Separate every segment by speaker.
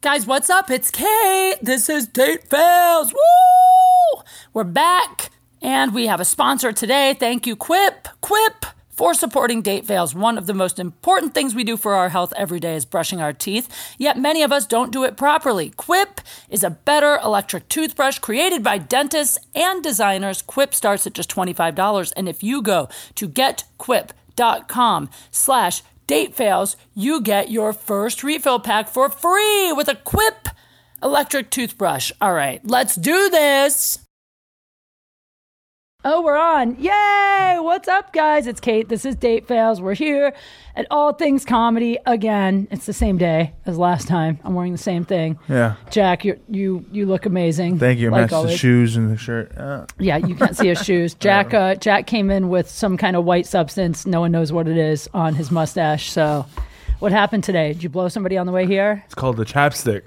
Speaker 1: guys, what's up? It's Kate. This is Tate Fails. Woo! We're back, and we have a sponsor today. Thank you, Quip. Quip for supporting date fails. One of the most important things we do for our health every day is brushing our teeth, yet many of us don't do it properly. Quip is a better electric toothbrush created by dentists and designers. Quip starts at just $25, and if you go to getquip.com slash date fails, you get your first refill pack for free with a Quip electric toothbrush. All right, let's do this. Oh, we're on. Yay! What's up, guys? It's Kate. This is Date Fails. We're here at All Things Comedy again. It's the same day as last time. I'm wearing the same thing.
Speaker 2: Yeah.
Speaker 1: Jack, you you you look amazing.
Speaker 2: Thank you.
Speaker 1: Like
Speaker 2: Match the
Speaker 1: always.
Speaker 2: shoes and the shirt. Uh,
Speaker 1: Yeah, you can't see his shoes. Jack uh, Jack came in with some kind of white substance. No one knows what it is on his mustache. So, what happened today? Did you blow somebody on the way here?
Speaker 2: it's called the chapstick.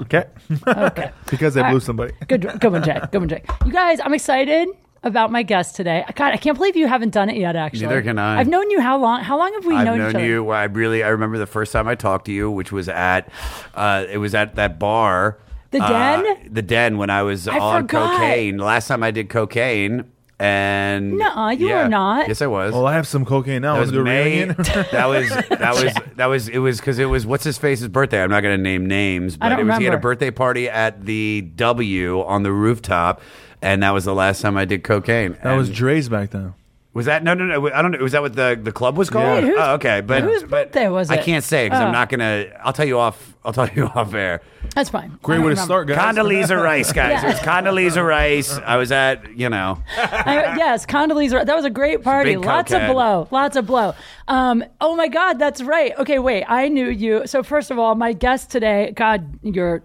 Speaker 2: okay.
Speaker 1: Okay.
Speaker 2: Because I blew somebody.
Speaker 1: Good, good one, Jack. Good one, Jack. You guys, I'm excited about my guest today. God, I can't believe you haven't done it yet. Actually,
Speaker 3: Neither can I.
Speaker 1: I've known you how long? How long have we
Speaker 3: I've
Speaker 1: known, each
Speaker 3: known
Speaker 1: other?
Speaker 3: you. well, I really, I remember the first time I talked to you, which was at, uh, it was at that bar,
Speaker 1: The
Speaker 3: uh,
Speaker 1: Den?
Speaker 3: the den when I was on
Speaker 1: forgot.
Speaker 3: cocaine. Last time I did cocaine, and
Speaker 1: Nuh-uh, you were not.
Speaker 3: Yes, I was.
Speaker 2: Well, I have some cocaine now.
Speaker 3: that was
Speaker 2: Is it a
Speaker 3: May.
Speaker 2: reunion?
Speaker 3: that was that was that was it was because it was what's his face's birthday. I'm not going to name names, but
Speaker 1: I don't
Speaker 3: it was he had a
Speaker 1: remember.
Speaker 3: birthday party at the W on the rooftop, and that was the last time I did cocaine.
Speaker 2: that was
Speaker 3: And-
Speaker 2: Dre's back then.
Speaker 3: was that no no no? I don't know. Was that what the, the club was called?
Speaker 1: Wait, whose-
Speaker 3: oh, okay, but
Speaker 1: whose
Speaker 3: but
Speaker 1: birthday was
Speaker 3: I
Speaker 1: it?
Speaker 3: can't say because
Speaker 1: Oh.
Speaker 3: I'm not gonna. I'll tell you off. I'll tell you off air.
Speaker 1: That's fine. I
Speaker 2: Great
Speaker 1: don't
Speaker 2: way to
Speaker 1: remember.
Speaker 2: start, guys.
Speaker 3: Condoleezza Rice, guys. It was Condoleezza Rice. I was at you know.
Speaker 1: I- yes, Condoleezza. That was a great party.
Speaker 3: big
Speaker 1: Lots of
Speaker 3: cokehead.
Speaker 1: blow. Lots of blow. Um, oh my God, that's right. Okay, wait. I knew you. So first of all, my guest today. God, you're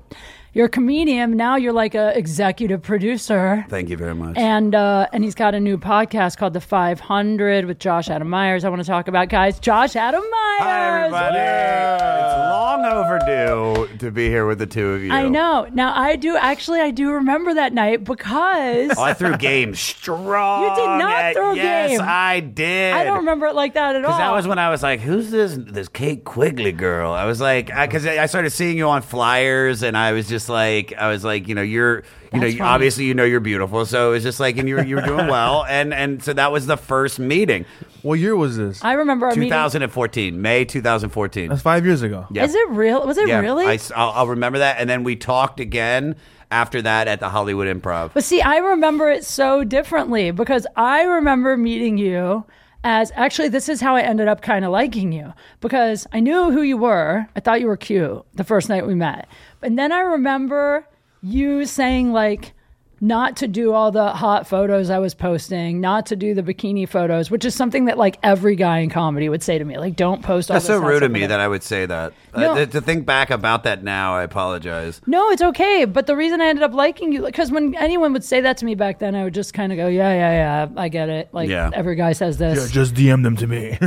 Speaker 1: you're a comedian. Now you're like a executive producer.
Speaker 3: Thank you very much.
Speaker 1: And uh, and he's got a new podcast called The 500 with Josh Adam Myers. I want to talk about guys. Josh Adam Myers.
Speaker 3: Hi everybody.
Speaker 1: Woo!
Speaker 3: It's long overdue to be here with the two of you.
Speaker 1: I know. Now I do actually I do remember that night because
Speaker 3: Oh, I threw game strong.
Speaker 1: You did not
Speaker 3: at-
Speaker 1: throw
Speaker 3: yes,
Speaker 1: game.
Speaker 3: I did.
Speaker 1: I don't remember it like that at all.
Speaker 3: Because that was when I was like, "Who's this this Kate Quigley girl?" I was like, because I, I started seeing you on flyers, and I was just like, I was like, you know, you're, you know,
Speaker 1: That's
Speaker 3: you-
Speaker 1: funny.
Speaker 3: obviously you know you're beautiful, so it was just like, and you were you were doing well, and and so that was the first meeting,
Speaker 2: What year was this?
Speaker 1: I remember our meeting.
Speaker 3: 2014, May 2014.
Speaker 2: That's five years ago.
Speaker 3: Yeah.
Speaker 1: Is it real? Was it
Speaker 3: yeah,
Speaker 1: really?
Speaker 3: I, will I'll remember that, and then we talked again after that at the Hollywood Improv.
Speaker 1: But see, I remember it so differently because I remember meeting you as actually, this is how I ended up kind of liking you because I knew who you were. I thought you were cute the first night we met. And then I remember you saying, like, not to do all the hot photos I was posting, not to do the bikini photos, which is something that like every guy in comedy would say to me, like, don't post all
Speaker 3: That's
Speaker 1: this
Speaker 3: so
Speaker 1: hot
Speaker 3: rude
Speaker 1: stuff
Speaker 3: of me that I would say that.
Speaker 1: No.
Speaker 3: Uh, th- to think back about that now, I apologize.
Speaker 1: No, it's okay. But the reason I ended up liking you, because when anyone would say that to me back then, I would just kind of go, yeah, yeah, yeah, I get it. Like
Speaker 3: Yeah.
Speaker 1: every guy says
Speaker 2: Yeah,
Speaker 1: this.
Speaker 2: just DM them to me.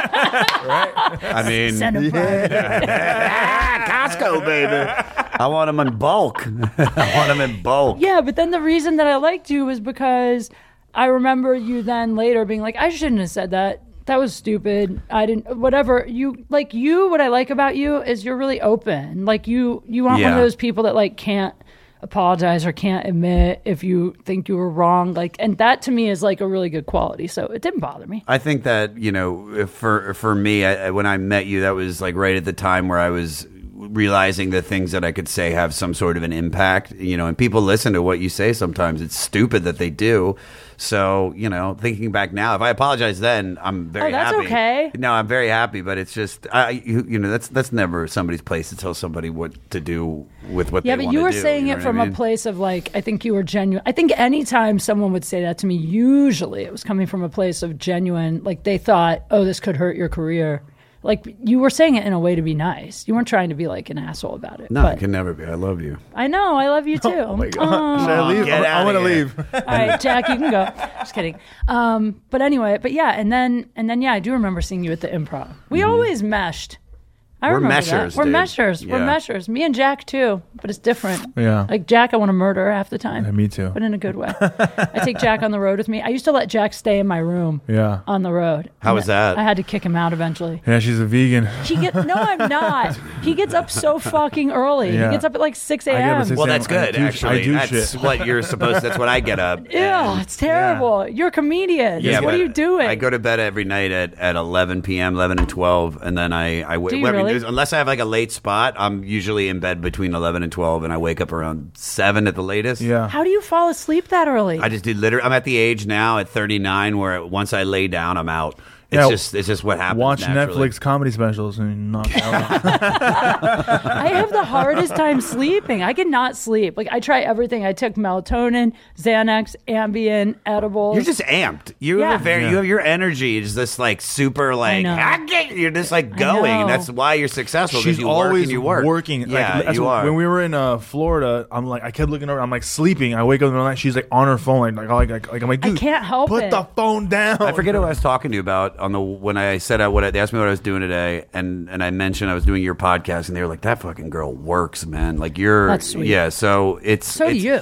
Speaker 3: I mean,
Speaker 1: Send 'em private.
Speaker 3: Ah, Costco, baby. I want them in bulk. I want them in bulk.
Speaker 1: yeah, but then the reason that I liked you was because I remember you then later being like, I shouldn't have said that. That was stupid. I didn't. Whatever you like, you. What I like about you is you're really open. Like you, you aren't one
Speaker 3: Yeah.
Speaker 1: of those people that like can't apologize or can't admit if you think you were wrong. Like, and that to me is like a really good quality. So it didn't bother me.
Speaker 3: I think that you know, for for me, I, I- when I met you, that was like right at the time where I was realizing the things that I could say have some sort of an impact. You know, and people listen to what you say sometimes. It's stupid that they do. So you know, thinking back now, if I apologize then, I'm very
Speaker 1: Oh, that's
Speaker 3: happy.
Speaker 1: okay.
Speaker 3: No, I'm very happy, but it's just I, you, you know, that's that's never somebody's place to tell somebody what to do with what.
Speaker 1: Yeah,
Speaker 3: they
Speaker 1: but
Speaker 3: wanna
Speaker 1: you were
Speaker 3: do,
Speaker 1: saying
Speaker 3: you know
Speaker 1: it
Speaker 3: what I
Speaker 1: from
Speaker 3: mean?
Speaker 1: a place of like, I think you were genuine. I think anytime someone would say that to me, usually it was coming from a place of genuine, like they thought, oh, this could hurt your career. Like you were saying it in a way to be nice. You weren't trying to be like an asshole about it.
Speaker 3: No,
Speaker 1: but
Speaker 3: it can never be. I love you.
Speaker 1: I know. I love you too. Oh
Speaker 2: my God. Should I leave?
Speaker 3: Get
Speaker 2: I,
Speaker 3: outta
Speaker 2: want to
Speaker 3: here.
Speaker 2: leave.
Speaker 1: All right, Jack, you can go. Just kidding. Um, but anyway, but yeah, and then and then yeah, I do remember seeing you at the improv. We always meshed. I I
Speaker 3: We're
Speaker 1: remember that.
Speaker 3: meshers,
Speaker 1: We're
Speaker 3: dude.
Speaker 1: meshers. We're
Speaker 3: Yeah.
Speaker 1: meshers. Me and Jack too, but it's different.
Speaker 2: Yeah.
Speaker 1: Like Jack, I want to murder half the time.
Speaker 2: Yeah, me too.
Speaker 1: But in a good way. I take Jack on the road with me. I used to let Jack stay in my room
Speaker 2: Yeah.
Speaker 1: on the road.
Speaker 3: How was that?
Speaker 1: I had to kick him out eventually.
Speaker 2: Yeah, she's a vegan.
Speaker 1: He get no, I'm not. He gets up so fucking early.
Speaker 2: Yeah.
Speaker 1: He gets up at like six
Speaker 2: up at
Speaker 1: a.m.
Speaker 2: six
Speaker 3: Well,
Speaker 2: Sam,
Speaker 3: that's
Speaker 2: I
Speaker 3: good.
Speaker 2: do- I
Speaker 3: actually,
Speaker 2: do
Speaker 3: that's
Speaker 2: shit.
Speaker 3: what you're supposed. That's what I get up.
Speaker 1: Yeah, it's terrible. You're a comedian.
Speaker 3: Yeah,
Speaker 1: what
Speaker 3: but
Speaker 1: are you doing?
Speaker 3: I go to bed every night at, at 11 p.m., 11 and 12, and then I, I wait.
Speaker 1: Do you
Speaker 3: I mean,
Speaker 1: really?
Speaker 3: there's- unless I have like a late spot, I'm usually in bed between 11 and 12, and I wake up around 7 at the latest.
Speaker 2: Yeah.
Speaker 1: Uh. How do you fall asleep that early?
Speaker 3: I just do literally, I'm at the age now at 39 where once I lay down, I'm out. It's
Speaker 2: Yeah.
Speaker 3: just it's just what happens.
Speaker 2: Watch
Speaker 3: naturally.
Speaker 2: Netflix comedy specials and knock out.
Speaker 1: I have the hardest time sleeping. I cannot sleep. Like I try everything. I took melatonin, Xanax, Ambien, edibles.
Speaker 3: You're just amped. You
Speaker 1: Yeah.
Speaker 3: have a very
Speaker 2: Yeah.
Speaker 3: you have your energy is this like super like
Speaker 1: know.
Speaker 3: I get you're just like going.
Speaker 1: know.
Speaker 3: And that's why you're successful. 'cause
Speaker 2: She's
Speaker 3: you work
Speaker 2: always
Speaker 3: and you work.
Speaker 2: working. Like,
Speaker 3: Yeah,
Speaker 2: that's
Speaker 3: you
Speaker 2: what-
Speaker 3: are.
Speaker 2: When we were in uh, Florida, I'm like, I kept looking over. I'm like sleeping. I wake up in the middle of the night. She's like on her phone. Like, like, like, like I'm like,
Speaker 1: I
Speaker 2: dude,
Speaker 1: can't help
Speaker 2: Put
Speaker 1: it.
Speaker 2: the phone down.
Speaker 3: I forget who I was talking to about on the when I said I what I- they asked me what I was doing today, and and I mentioned I was doing your podcast, and they were like, "That fucking girl works, man. Like you're
Speaker 1: That's sweet.
Speaker 3: yeah." So it's
Speaker 1: so do
Speaker 3: it's-
Speaker 1: you.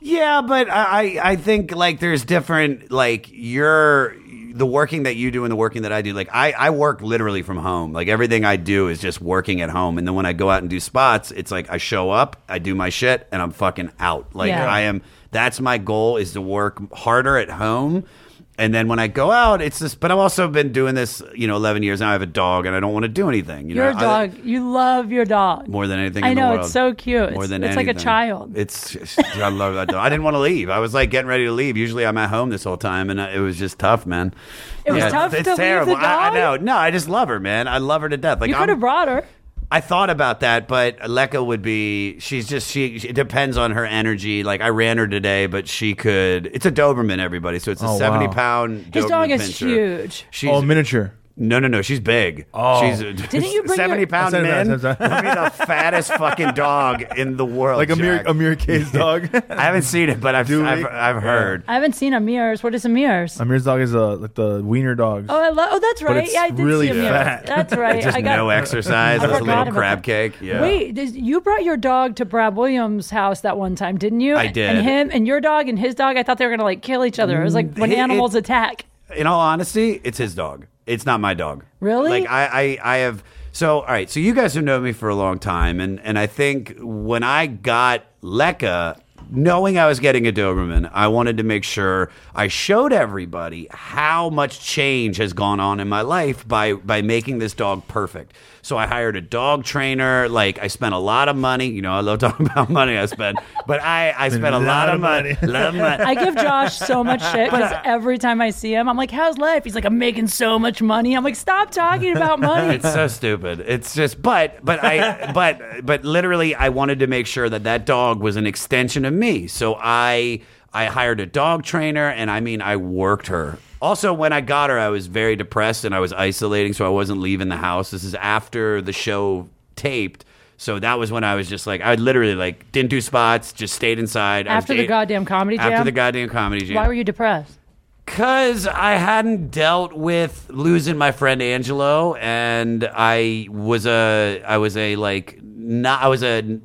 Speaker 3: Yeah, but I I I think like there's different like your the working that you do and the working that I do. Like I I work literally from home. Like everything I do is just working at home. And then when I go out and do spots, it's like I show up, I do my shit, and I'm fucking out. Like
Speaker 1: Yeah.
Speaker 3: I am. That's my goal is to work harder at home. And then when I go out, it's this. But I've also been doing this, you know, eleven years now. I have a dog, and I don't want to do anything. You
Speaker 1: Your
Speaker 3: know, I-
Speaker 1: dog. you love your dog.
Speaker 3: more than anything.
Speaker 1: I
Speaker 3: in the
Speaker 1: know,
Speaker 3: world.
Speaker 1: it's so cute.
Speaker 3: More
Speaker 1: It's-
Speaker 3: than
Speaker 1: it's like a
Speaker 3: anything.
Speaker 1: child.
Speaker 3: It's just- I love that. Dog. I didn't want to leave. I was like getting ready to leave. Usually I'm at home this whole time, and uh, it was just tough, man.
Speaker 1: It was tough
Speaker 3: It's
Speaker 1: to leave the
Speaker 3: terrible. I, I
Speaker 1: dog?
Speaker 3: know. No, I just love her, man. I love her to death. Like
Speaker 1: You
Speaker 3: I'm-
Speaker 1: could have brought her.
Speaker 3: I thought about that, but Leka would be. She's just she. It depends on her energy. Like I ran her today, but she could. It's a Doberman, everybody. So it's a
Speaker 2: Oh, wow.
Speaker 3: seventy pound.
Speaker 1: His
Speaker 3: Doberman
Speaker 1: dog is
Speaker 3: pincher.
Speaker 1: huge.
Speaker 3: She's
Speaker 2: oh, miniature.
Speaker 3: no, no, no. She's big.
Speaker 2: Oh.
Speaker 3: she's
Speaker 1: Didn't you bring
Speaker 3: seventy
Speaker 1: your-
Speaker 3: pound
Speaker 2: I'm sorry,
Speaker 3: men?
Speaker 2: I'm sorry.
Speaker 3: That'd be the fattest fucking dog in the world.
Speaker 2: Like Amir,
Speaker 3: Jack.
Speaker 2: Amir K's dog.
Speaker 3: I haven't seen it, but I've
Speaker 2: Do we?
Speaker 3: I've, I've heard.
Speaker 1: I haven't seen Amir's. What is Amir's?
Speaker 2: Amir's dog is uh, like the wiener dogs.
Speaker 1: oh, I love. Oh, that's right.
Speaker 2: it's
Speaker 1: yeah, I did
Speaker 2: really
Speaker 1: see Amir's.
Speaker 2: fat.
Speaker 1: That's right.
Speaker 3: Just
Speaker 1: I got
Speaker 3: no exercise.
Speaker 1: I
Speaker 3: It's a
Speaker 1: forgot
Speaker 3: little
Speaker 1: about
Speaker 3: crab
Speaker 1: that.
Speaker 3: cake. Yeah.
Speaker 1: Wait, does, you brought your dog to Brad Williams' house that one time, didn't you?
Speaker 3: I did.
Speaker 1: And him and your dog and his dog, I thought they were gonna like kill each other. It was like when
Speaker 3: It- it-
Speaker 1: animals attack.
Speaker 3: In all honesty, it's his dog. It's not my dog.
Speaker 1: Really?
Speaker 3: Like I, I, I have. So all right. So you guys have known me for a long time, and and I think when I got Leka. Knowing I was getting a Doberman, I wanted to make sure I showed everybody how much change has gone on in my life by by making this dog perfect. So I hired a dog trainer. Like I spent a lot of money. You know, I love talking about money. I spent, but I I spent a lot of money. Lot of money.
Speaker 1: I give Josh so much shit because every time I see him, I'm like, "How's life?" He's like, "I'm making so much money." I'm like, "Stop talking about money."
Speaker 3: it's so stupid. It's just, but, but I, but, but literally, I wanted to make sure that that dog was an extension of me. So I, I hired a dog trainer, and I mean, I worked her. Also, when I got her, I was very depressed and I was isolating, so I wasn't leaving the house. This is after the show taped. So that was when I was just like, I literally like didn't do spots, just stayed inside. I was
Speaker 1: After the
Speaker 3: eight-
Speaker 1: goddamn comedy jam.
Speaker 3: After the goddamn comedy jam.
Speaker 1: Why were you depressed?
Speaker 3: Because I hadn't dealt with losing my friend Angelo, and I was a, I was a like, not, I was a,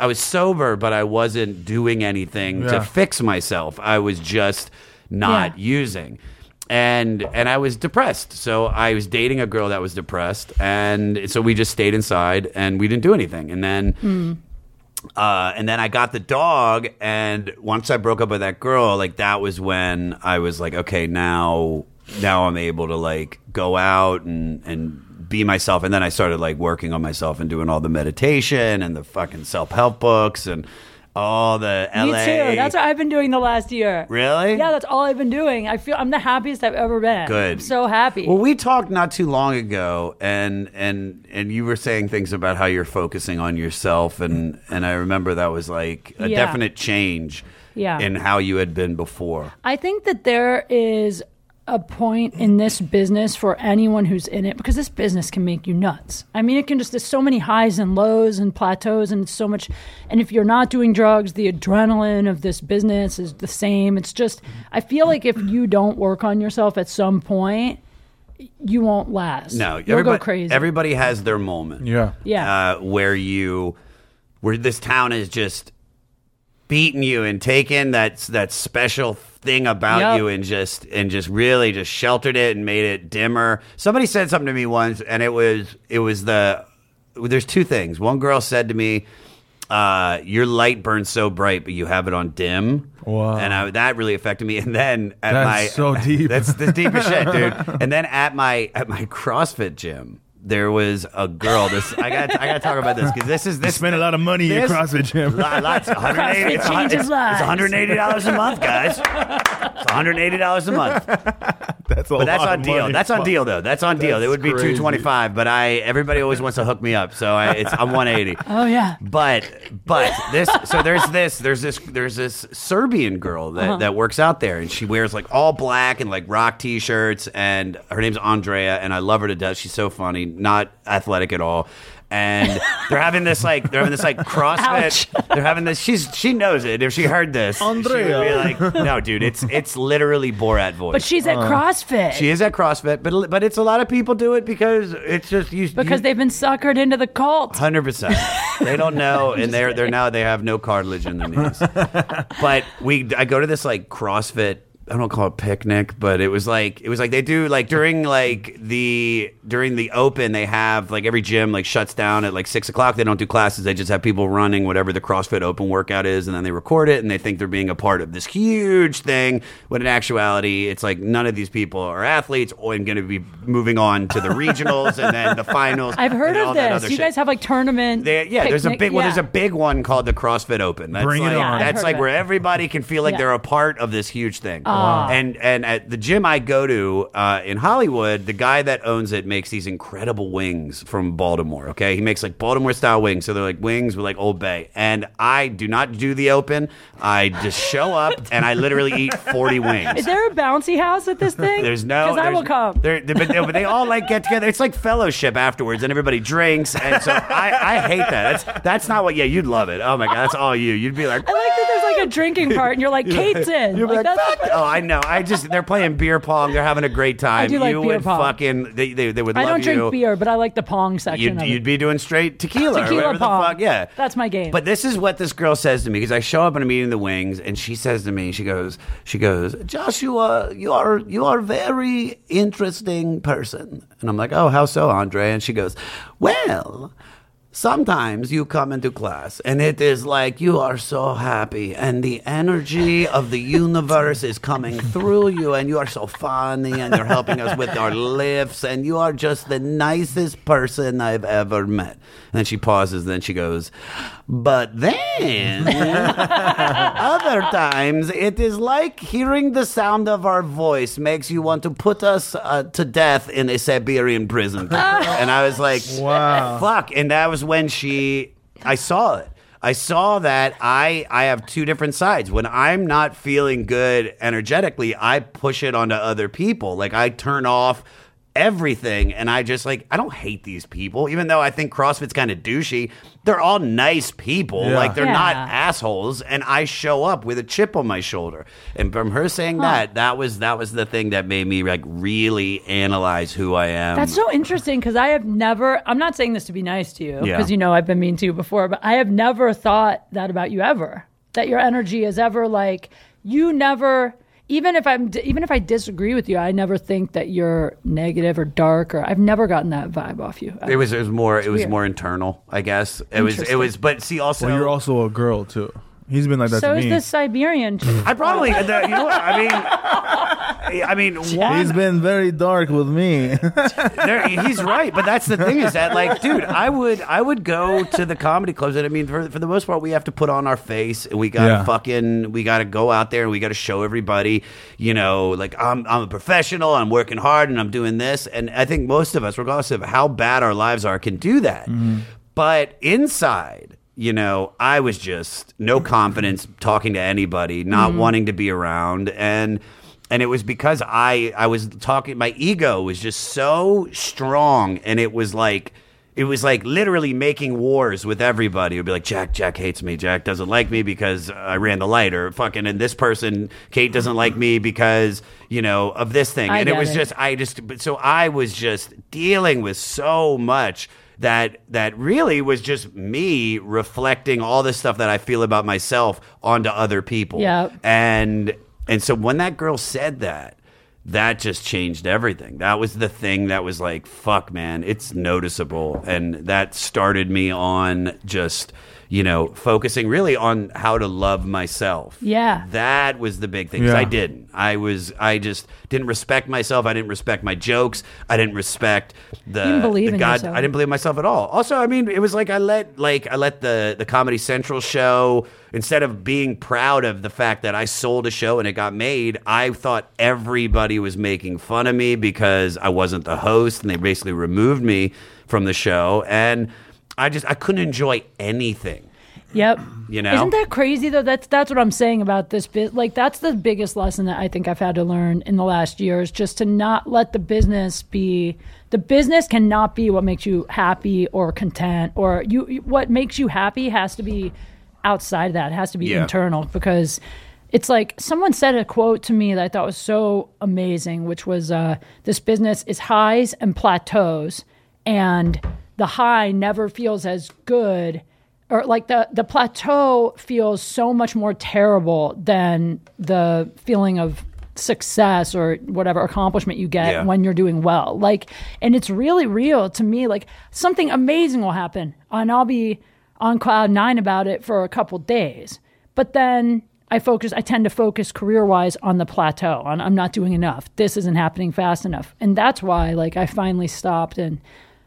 Speaker 3: I was sober, but I wasn't doing anything
Speaker 2: Yeah.
Speaker 3: to fix myself. I was just not
Speaker 1: Yeah.
Speaker 3: using, and and I was depressed. So I was dating a girl that was depressed, and so we just stayed inside and we didn't do anything. And then uh, and then I got the dog, and once I broke up with that girl, like that was when I was like, okay, now now I'm able to like go out and and be myself. And then I started like working on myself and doing all the meditation and the fucking self help books and all the LA.
Speaker 1: Me too. That's what I've been doing the last year.
Speaker 3: Really?
Speaker 1: Yeah, that's all I've been doing. I feel I'm the happiest I've ever been.
Speaker 3: Good.
Speaker 1: I'm so happy.
Speaker 3: Well, we talked not too long ago, and and and you were saying things about how you're focusing on yourself, and and I remember that was like a
Speaker 1: Yeah.
Speaker 3: definite change,
Speaker 1: Yeah.
Speaker 3: in how you had been before.
Speaker 1: I think that there is a point in this business for anyone who's in it because this business can make you nuts. I mean, it can just, there's so many highs and lows and plateaus and so much. And if you're not doing drugs, the adrenaline of this business is the same. It's just, I feel like if you don't work on yourself at some point, you won't last.
Speaker 3: No,
Speaker 1: you'll go crazy.
Speaker 3: Everybody has their moment.
Speaker 2: Yeah.
Speaker 1: yeah,
Speaker 3: uh, where you where this town is just beating you and taking that that special thing about
Speaker 1: Yep.
Speaker 3: you and just and just really just sheltered it and made it dimmer. Somebody said something to me once, and it was it was the there's two things. One girl said to me. Uh, your light burns so bright, but you have it on dim.
Speaker 2: Wow.
Speaker 3: And I, that really affected me. And then at
Speaker 2: That's
Speaker 3: my
Speaker 2: so deep.
Speaker 3: that's the deepest shit, dude. And then at my at my CrossFit gym, there was a girl. This I got I got to talk about this because this is this
Speaker 2: Spend a lot of money at
Speaker 3: this-
Speaker 2: CrossFit gym.
Speaker 3: Lo- Lots, 180 it's, a hun-
Speaker 1: changes
Speaker 3: it's, it's
Speaker 1: lives.
Speaker 3: $180 a month, guys. It's $180 a month.
Speaker 2: That's a
Speaker 3: But that's
Speaker 2: lot
Speaker 3: on
Speaker 2: of
Speaker 3: deal.
Speaker 2: money.
Speaker 3: That's on deal though. That's on deal.
Speaker 2: That's
Speaker 3: it would be
Speaker 2: crazy.
Speaker 3: 225, but I everybody always wants to hook me up, so I, it's I'm 180.
Speaker 1: Oh, yeah.
Speaker 3: But but this so there's this there's this there's this Serbian girl that,
Speaker 1: Uh-huh.
Speaker 3: that works out there and she wears like all black and like rock t-shirts and her name's Andrea and I love her to death. She's so funny, not athletic at all. And they're having this like they're having this like CrossFit.
Speaker 1: Ouch.
Speaker 3: They're having this. She's she knows it. If she heard this, she would
Speaker 2: Andrea.
Speaker 3: be like, "No, dude, it's it's literally Borat voice."
Speaker 1: but she's at CrossFit
Speaker 3: Uh, She is at CrossFit, but but it's a lot of people do it because it's just you
Speaker 1: because
Speaker 3: you,
Speaker 1: they've been suckered into the cult.
Speaker 3: hundred percent they don't know, and they're they're now they have no cartilage in their knees. but we I go to this like CrossFit. I don't call it picnic, but it was like it was like they do like during like the during the open they have like every gym like shuts down at like six o'clock. They don't do classes. They just have people running whatever the CrossFit open workout is, and then they record it and they think they're being a part of this huge thing. When in actuality, it's like none of these people are athletes. Or I'm going to be moving on to the regionals and then the finals.
Speaker 1: I've heard
Speaker 3: and all
Speaker 1: of
Speaker 3: that
Speaker 1: this.
Speaker 3: other
Speaker 1: You
Speaker 3: shit.
Speaker 1: guys have like tournament.
Speaker 3: They, yeah, there's a
Speaker 1: picnic-
Speaker 3: big well,
Speaker 1: yeah.
Speaker 3: there's a big one called the CrossFit Open. That's
Speaker 2: Bring it
Speaker 3: like,
Speaker 2: on. Yeah, I've
Speaker 3: That's
Speaker 1: heard
Speaker 3: like
Speaker 1: of
Speaker 3: where
Speaker 1: it.
Speaker 3: everybody can feel like
Speaker 1: Yeah. Oh.
Speaker 3: they're a part of this huge thing.
Speaker 1: Wow.
Speaker 3: And and at the gym I go to uh, in Hollywood, the guy that owns it makes these incredible wings from Baltimore. Okay, he makes like Baltimore style wings, so they're like wings with like Old Bay. And I do not do the open. I just show up and I literally eat forty wings.
Speaker 1: Is there a bouncy house at this thing?
Speaker 3: There's no.
Speaker 1: Because I
Speaker 3: there's-
Speaker 1: will come.
Speaker 3: there- there- but, they, but they all like get together. It's like fellowship afterwards, and everybody drinks. And so I, I hate that. That's that's not what. Yeah, you'd love it. Oh my god, that's all you. You'd be like.
Speaker 1: I like that there's like a drinking part, and you're like, Kate's in.
Speaker 3: You'd be
Speaker 1: Like,
Speaker 3: like,
Speaker 1: that's-
Speaker 3: "Fuck." Oh, I know. I just they're playing beer pong. They're having a great time.
Speaker 1: I do like
Speaker 3: you
Speaker 1: beer
Speaker 3: would
Speaker 1: pong.
Speaker 3: fucking they, they, they would
Speaker 1: I
Speaker 3: love
Speaker 1: don't drink
Speaker 3: you.
Speaker 1: beer, but I like the pong section.
Speaker 3: You'd,
Speaker 1: of it.
Speaker 3: you'd be doing straight tequila, or
Speaker 1: Tequila
Speaker 3: whatever
Speaker 1: pong.
Speaker 3: the fuck. Yeah,
Speaker 1: That's my game.
Speaker 3: But this is what this girl says to me because I show up and I'm eating the wings, and she says to me, she goes, she goes, Joshua, you are you are a very interesting person, and I'm like, oh, how so, Andre? And she goes, well. Sometimes you come into class and it is like you are so happy and the energy of the universe is coming through you and you are so funny and you're helping us with our lifts and you are just the nicest person I've ever met. And then she pauses, then she goes, But then other times it is like hearing the sound of our voice makes you want to put us uh, to death in a Siberian prison. and I was like,
Speaker 2: Wow.
Speaker 3: fuck and that was when she i saw it i saw that i i have two different sides when i'm not feeling good energetically i push it onto other people like i turn off everything and i just like i don't hate these people even though i think crossfit's kind of douchey they're all nice people
Speaker 2: Yeah.
Speaker 3: like they're not
Speaker 1: Yeah.
Speaker 3: assholes and i show up with a chip on my shoulder and from her saying that that was that was the thing that made me like really analyze who i am
Speaker 1: That's so interesting because I have never, I'm not saying this to be nice to you
Speaker 3: Yeah.
Speaker 1: because you know I've been mean to you before, but I have never thought that about you ever. That your energy is ever like, you never, even if I'm, even if I disagree with you, I never think that you're negative or dark or I've never gotten that vibe off you.
Speaker 3: It was it was more it was
Speaker 1: weird.
Speaker 3: more internal, I guess. It was it
Speaker 1: Interesting.
Speaker 3: was but see also
Speaker 2: Well, you're also a girl too. He's been like that
Speaker 1: so
Speaker 2: to
Speaker 1: is
Speaker 2: me.
Speaker 1: this Siberian. chick.
Speaker 3: I probably
Speaker 1: Oh.
Speaker 3: the, you know what I mean I mean one
Speaker 2: He's been very dark with me.
Speaker 3: there, he's right, but that's the thing is that like, dude, I would I would go to the comedy clubs, and I mean, for, for the most part, we have to put on our face, and we got to
Speaker 2: Yeah.
Speaker 3: fucking, we got to go out there, and we got to show everybody, you know, like I'm I'm a professional, I'm working hard, and I'm doing this, and I think most of us, regardless of how bad our lives are, can do that, but inside. You know, I was just no confidence talking to anybody, not wanting to be around, and and it was because I I was talking my ego was just so strong and it was like it was like literally making wars with everybody. It would be like, Jack, Jack hates me. Jack doesn't like me because I ran the light, or fucking, and this person, Kate doesn't like me because, you know, of this thing.
Speaker 1: I
Speaker 3: and it
Speaker 1: get
Speaker 3: was
Speaker 1: it.
Speaker 3: just, I just, but so I was just dealing with so much that that really was just me reflecting all the stuff that I feel about myself onto other people.
Speaker 1: Yep.
Speaker 3: And and so when that girl said that, that just changed everything. That was the thing that was like, fuck man, it's noticeable. And that started me on just, you know, focusing really on how to love myself.
Speaker 1: Yeah.
Speaker 3: That was the big thing. 'cause I
Speaker 2: Yeah.
Speaker 3: didn't. I was I just didn't respect myself. I didn't respect my jokes. I didn't respect the
Speaker 4: You didn't believe
Speaker 3: the
Speaker 4: in
Speaker 3: God
Speaker 4: yourself.
Speaker 3: I didn't believe in myself at all. Also, I mean, it was like I let like I let the the Comedy Central show instead of being proud of the fact that I sold a show and it got made, I thought everybody was making fun of me because I wasn't the host and they basically removed me from the show and I just I couldn't enjoy anything.
Speaker 1: Yep.
Speaker 3: You know?
Speaker 1: Isn't that crazy though? That's that's what I'm saying about this bit. Like that's the biggest lesson that I think I've had to learn in the last year is just to not let the business be the business cannot be what makes you happy or content or you you- what makes you happy has to be outside of that. It has to be
Speaker 3: Yeah.
Speaker 1: internal because it's like someone said a quote to me that I thought was so amazing, which was uh, this business is highs and plateaus and the high never feels as good or like the the plateau feels so much more terrible than the feeling of success or whatever accomplishment you get
Speaker 3: Yeah.
Speaker 1: when you're doing well like and it's really real to me like something amazing will happen and I'll be on cloud 9 about it for a couple days but then I focus I tend to focus career-wise on the plateau on I'm not doing enough this isn't happening fast enough and that's why like I finally stopped and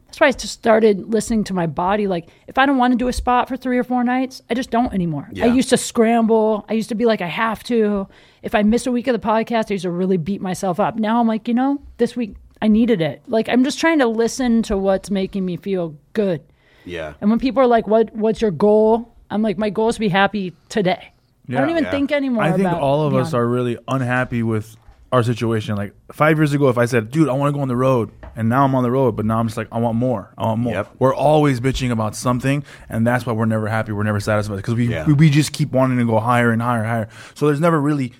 Speaker 1: that's why I just started listening to my body. Like, if I don't want to do a spot for three or four nights, I just don't anymore. I used to scramble. I used to be like, I have to. If I missed a week of the podcast, I used to really beat myself up. Now I'm like, you know, this week I needed it. Like, I'm just trying to listen to what's making me feel good.
Speaker 3: Yeah.
Speaker 1: And when people are like, "What? What's your goal?" I'm like, my goal is to be happy today. I don't
Speaker 2: Yeah.
Speaker 1: even
Speaker 3: Yeah.
Speaker 1: think anymore.
Speaker 2: I think
Speaker 1: about
Speaker 2: all of us
Speaker 1: beyond.
Speaker 2: are really unhappy with our situation. Like five years ago, if I said, "Dude, I want to go on the road," and now I'm on the road, but now I'm just like, "I want more. I want more."
Speaker 3: Yep.
Speaker 2: We're always bitching about something, and that's why we're never happy. We're never satisfied because we,
Speaker 3: Yeah.
Speaker 2: we we just keep wanting to go higher and higher, and higher. So there's never really,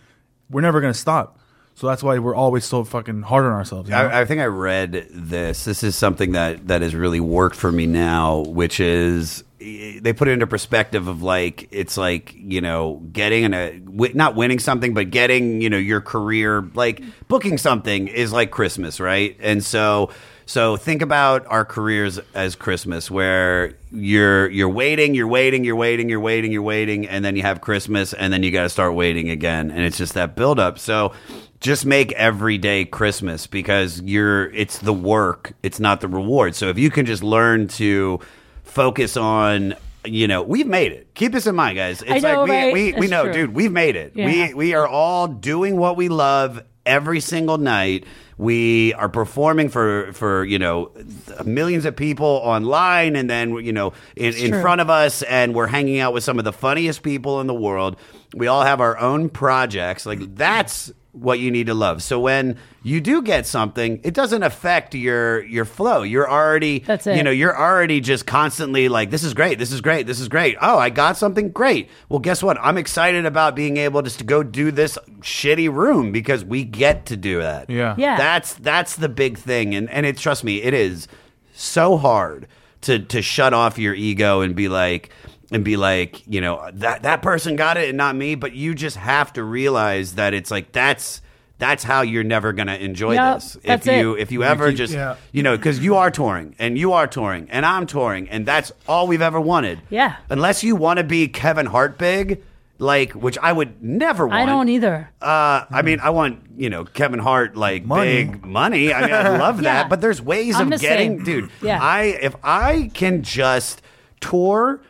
Speaker 2: we're never gonna stop. So that's why we're always so fucking hard on ourselves. you know?
Speaker 3: I, I think I read this. This is something that that has really worked for me now, which is eh, they put it into perspective of like it's like you know getting in a wi- not winning something but getting you know your career like booking something is like christmas right and so so think about our careers as christmas where you're you're waiting you're waiting you're waiting you're waiting you're waiting and then you have christmas and then you got to start waiting again and it's just that buildup so just make every day Christmas because you're it's the work, it's not the reward. So if you can just learn to focus on you know, we've made it. Keep this in mind, guys. It's
Speaker 1: know,
Speaker 3: like we
Speaker 1: right?
Speaker 3: we, we
Speaker 1: It's
Speaker 3: know,
Speaker 1: true.
Speaker 3: dude, we've made it.
Speaker 1: Yeah.
Speaker 3: We we are all doing what we love every single night. We are performing for for, you know, th- millions of people online and then you know, in, in
Speaker 1: true.
Speaker 3: front of us and we're hanging out with some of the funniest people in the world. We all have our own projects. Like that's what you need to love. So when you do get something, it doesn't affect your your flow. You're already
Speaker 1: That's it.
Speaker 3: you know, you're already just constantly like this is great, this is great, this is great. Oh, I got something great. Well, guess what? I'm excited about being able just to go do this shitty room because we get to do that.
Speaker 2: Yeah.
Speaker 1: Yeah.
Speaker 3: That's that's the big thing and and it trust me, it is so hard to to shut off your ego and be like and be like, you know, that that person got it and not me, but you just have to realize that it's like that's that's how you're never going to enjoy
Speaker 1: Yep,
Speaker 3: this.
Speaker 1: that's
Speaker 3: if you
Speaker 1: it.
Speaker 3: if you ever
Speaker 2: keep-
Speaker 3: just
Speaker 2: yeah.
Speaker 3: you know, because you are touring and you are touring and I'm touring and that's all we've ever wanted.
Speaker 1: Yeah.
Speaker 3: Unless you want to be Kevin Hart big, like which I would never want.
Speaker 1: I don't either.
Speaker 3: Uh, I
Speaker 1: Hmm.
Speaker 3: mean, I want you know Kevin Hart like
Speaker 2: Money.
Speaker 3: big money. I mean, I love
Speaker 1: Yeah.
Speaker 3: that, but there's ways
Speaker 1: I'm
Speaker 3: of
Speaker 1: the
Speaker 3: getting,
Speaker 1: same.
Speaker 3: dude.
Speaker 1: Yeah.
Speaker 3: I if I can just tour,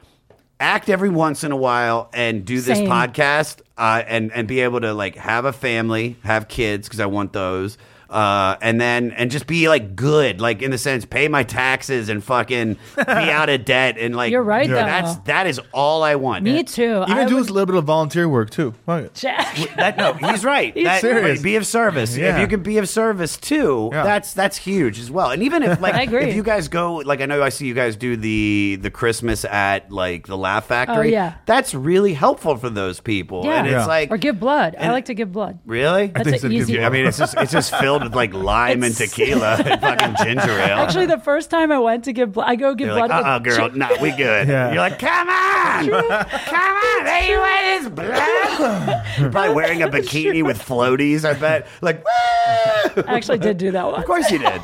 Speaker 3: act every once in a while, and do this
Speaker 1: Same.
Speaker 3: podcast, uh, and and be able to like have a family, have kids because I want those. Uh, and then and just be like good, like in the sense, pay my taxes and fucking be out of debt and like
Speaker 1: You're right, though.
Speaker 3: That's that is all I want.
Speaker 1: Me too.
Speaker 2: Even
Speaker 1: I
Speaker 2: do
Speaker 1: would-
Speaker 2: a little bit of volunteer work too. Fuck it.
Speaker 1: Jack.
Speaker 3: That no, he's right. that,
Speaker 2: serious.
Speaker 3: Be of service.
Speaker 2: Yeah.
Speaker 3: If you can be of service too,
Speaker 2: Yeah.
Speaker 3: that's that's huge as well. And even if like
Speaker 1: I agree.
Speaker 3: if you guys go like I know I see you guys do the the Christmas at like the Laugh Factory.
Speaker 1: Oh, yeah.
Speaker 3: That's really helpful for those people.
Speaker 1: Yeah.
Speaker 3: And it's
Speaker 1: Yeah.
Speaker 3: like
Speaker 1: or give blood. I like to give blood.
Speaker 3: really?
Speaker 1: That's
Speaker 2: think
Speaker 1: an
Speaker 2: so, give
Speaker 1: easy.
Speaker 2: blood.
Speaker 3: I mean it's just it's just filled with like lime and
Speaker 1: It's-
Speaker 3: tequila and fucking ginger ale.
Speaker 1: Actually, the first time I went to give blood, I go give
Speaker 3: You're
Speaker 1: blood.
Speaker 3: like, uh
Speaker 1: with-
Speaker 3: uh girl, nah, we good.
Speaker 2: Yeah.
Speaker 3: You're like, come on, come on, they wet his blood. You're probably wearing a bikini with floaties, I bet. Like, woo!
Speaker 1: I actually did do that one.
Speaker 3: Of course you did.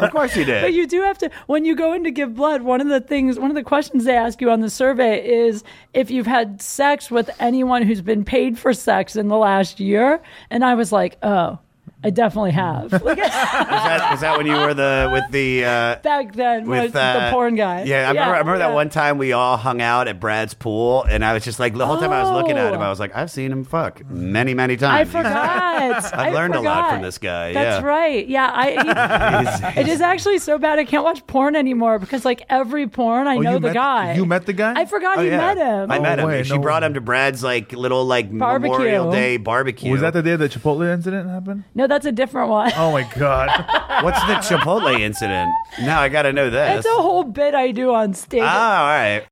Speaker 3: Of course you did.
Speaker 1: But you do have to, when you go in to give blood, one of the things, one of the questions they ask you on the survey is if you've had sex with anyone who's been paid for sex in the last year. And I was like, oh, I definitely have. Like,
Speaker 3: was, that, was that when you were the with the uh,
Speaker 1: back then,
Speaker 3: with
Speaker 1: with the
Speaker 3: uh,
Speaker 1: porn guy.
Speaker 3: Yeah, I remember, I remember
Speaker 1: yeah.
Speaker 3: that one time we all hung out at Brad's pool, and I was just like the whole time I was looking at him,
Speaker 1: Oh.
Speaker 3: I was like, I've seen him fuck many, many
Speaker 1: I
Speaker 3: times. He's-
Speaker 1: forgot. I
Speaker 3: learned a lot from
Speaker 1: forgot.
Speaker 3: this guy,
Speaker 1: That's
Speaker 3: yeah.
Speaker 1: right. Yeah, I.
Speaker 3: he's-
Speaker 1: He, it is actually so bad I can't watch porn anymore because like every porn I
Speaker 2: Oh,
Speaker 1: know
Speaker 2: you
Speaker 1: the
Speaker 2: met-
Speaker 1: guy.
Speaker 2: you met the guy?
Speaker 1: I forgot
Speaker 3: Oh,
Speaker 1: you
Speaker 3: yeah.
Speaker 1: met him.
Speaker 3: I met
Speaker 2: No
Speaker 3: him.
Speaker 2: way,
Speaker 3: she
Speaker 2: no
Speaker 3: brought
Speaker 2: way.
Speaker 3: him to Brad's like little like
Speaker 1: Barbecue.
Speaker 3: Memorial Day barbecue.
Speaker 2: Was that the day the Chipotle incident happened?
Speaker 1: no, that's a different one.
Speaker 2: Oh my god!
Speaker 3: What's the Chipotle incident? Now I got to know this.
Speaker 1: That's a whole bit I do on stage.
Speaker 3: Ah, all right.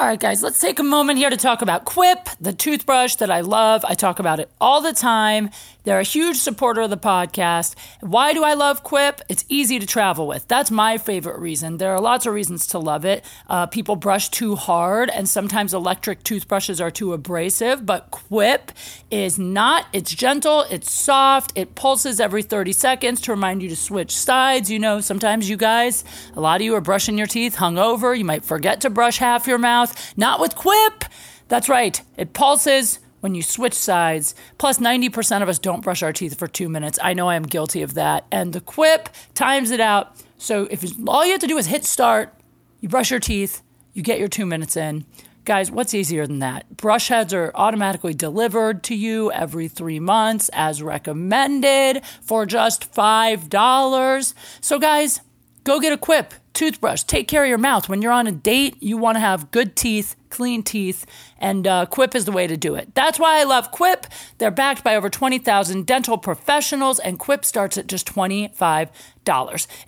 Speaker 1: All right, guys, let's take a moment here to talk about Quip, the toothbrush that I love. I talk about it all the time. They're a huge supporter of the podcast. Why do I love Quip? It's easy to travel with. That's my favorite reason. There are lots of reasons to love it. Uh, people brush too hard, and sometimes electric toothbrushes are too abrasive, but Quip is not. It's gentle, it's soft, it pulses every 30 seconds to remind you to switch sides. You know, sometimes you guys, a lot of you are brushing your teeth hungover. You might forget to brush half your mouth. Not with Quip. That's right, it pulses when you switch sides. Plus, 90% of us don't brush our teeth for two minutes. I know I am guilty of that. And the Quip times it out. So if all you have to do is hit start, you brush your teeth, you get your two minutes in. Guys, what's easier than that? Brush heads are automatically delivered to you every three months as recommended for just $5. So, guys, go get a quip, toothbrush, take care of your mouth. When you're on a date, you want to have good teeth, clean teeth, and uh, Quip is the way to do it. That's why I love Quip. They're backed by over 20,000 dental professionals, and Quip starts at just $25.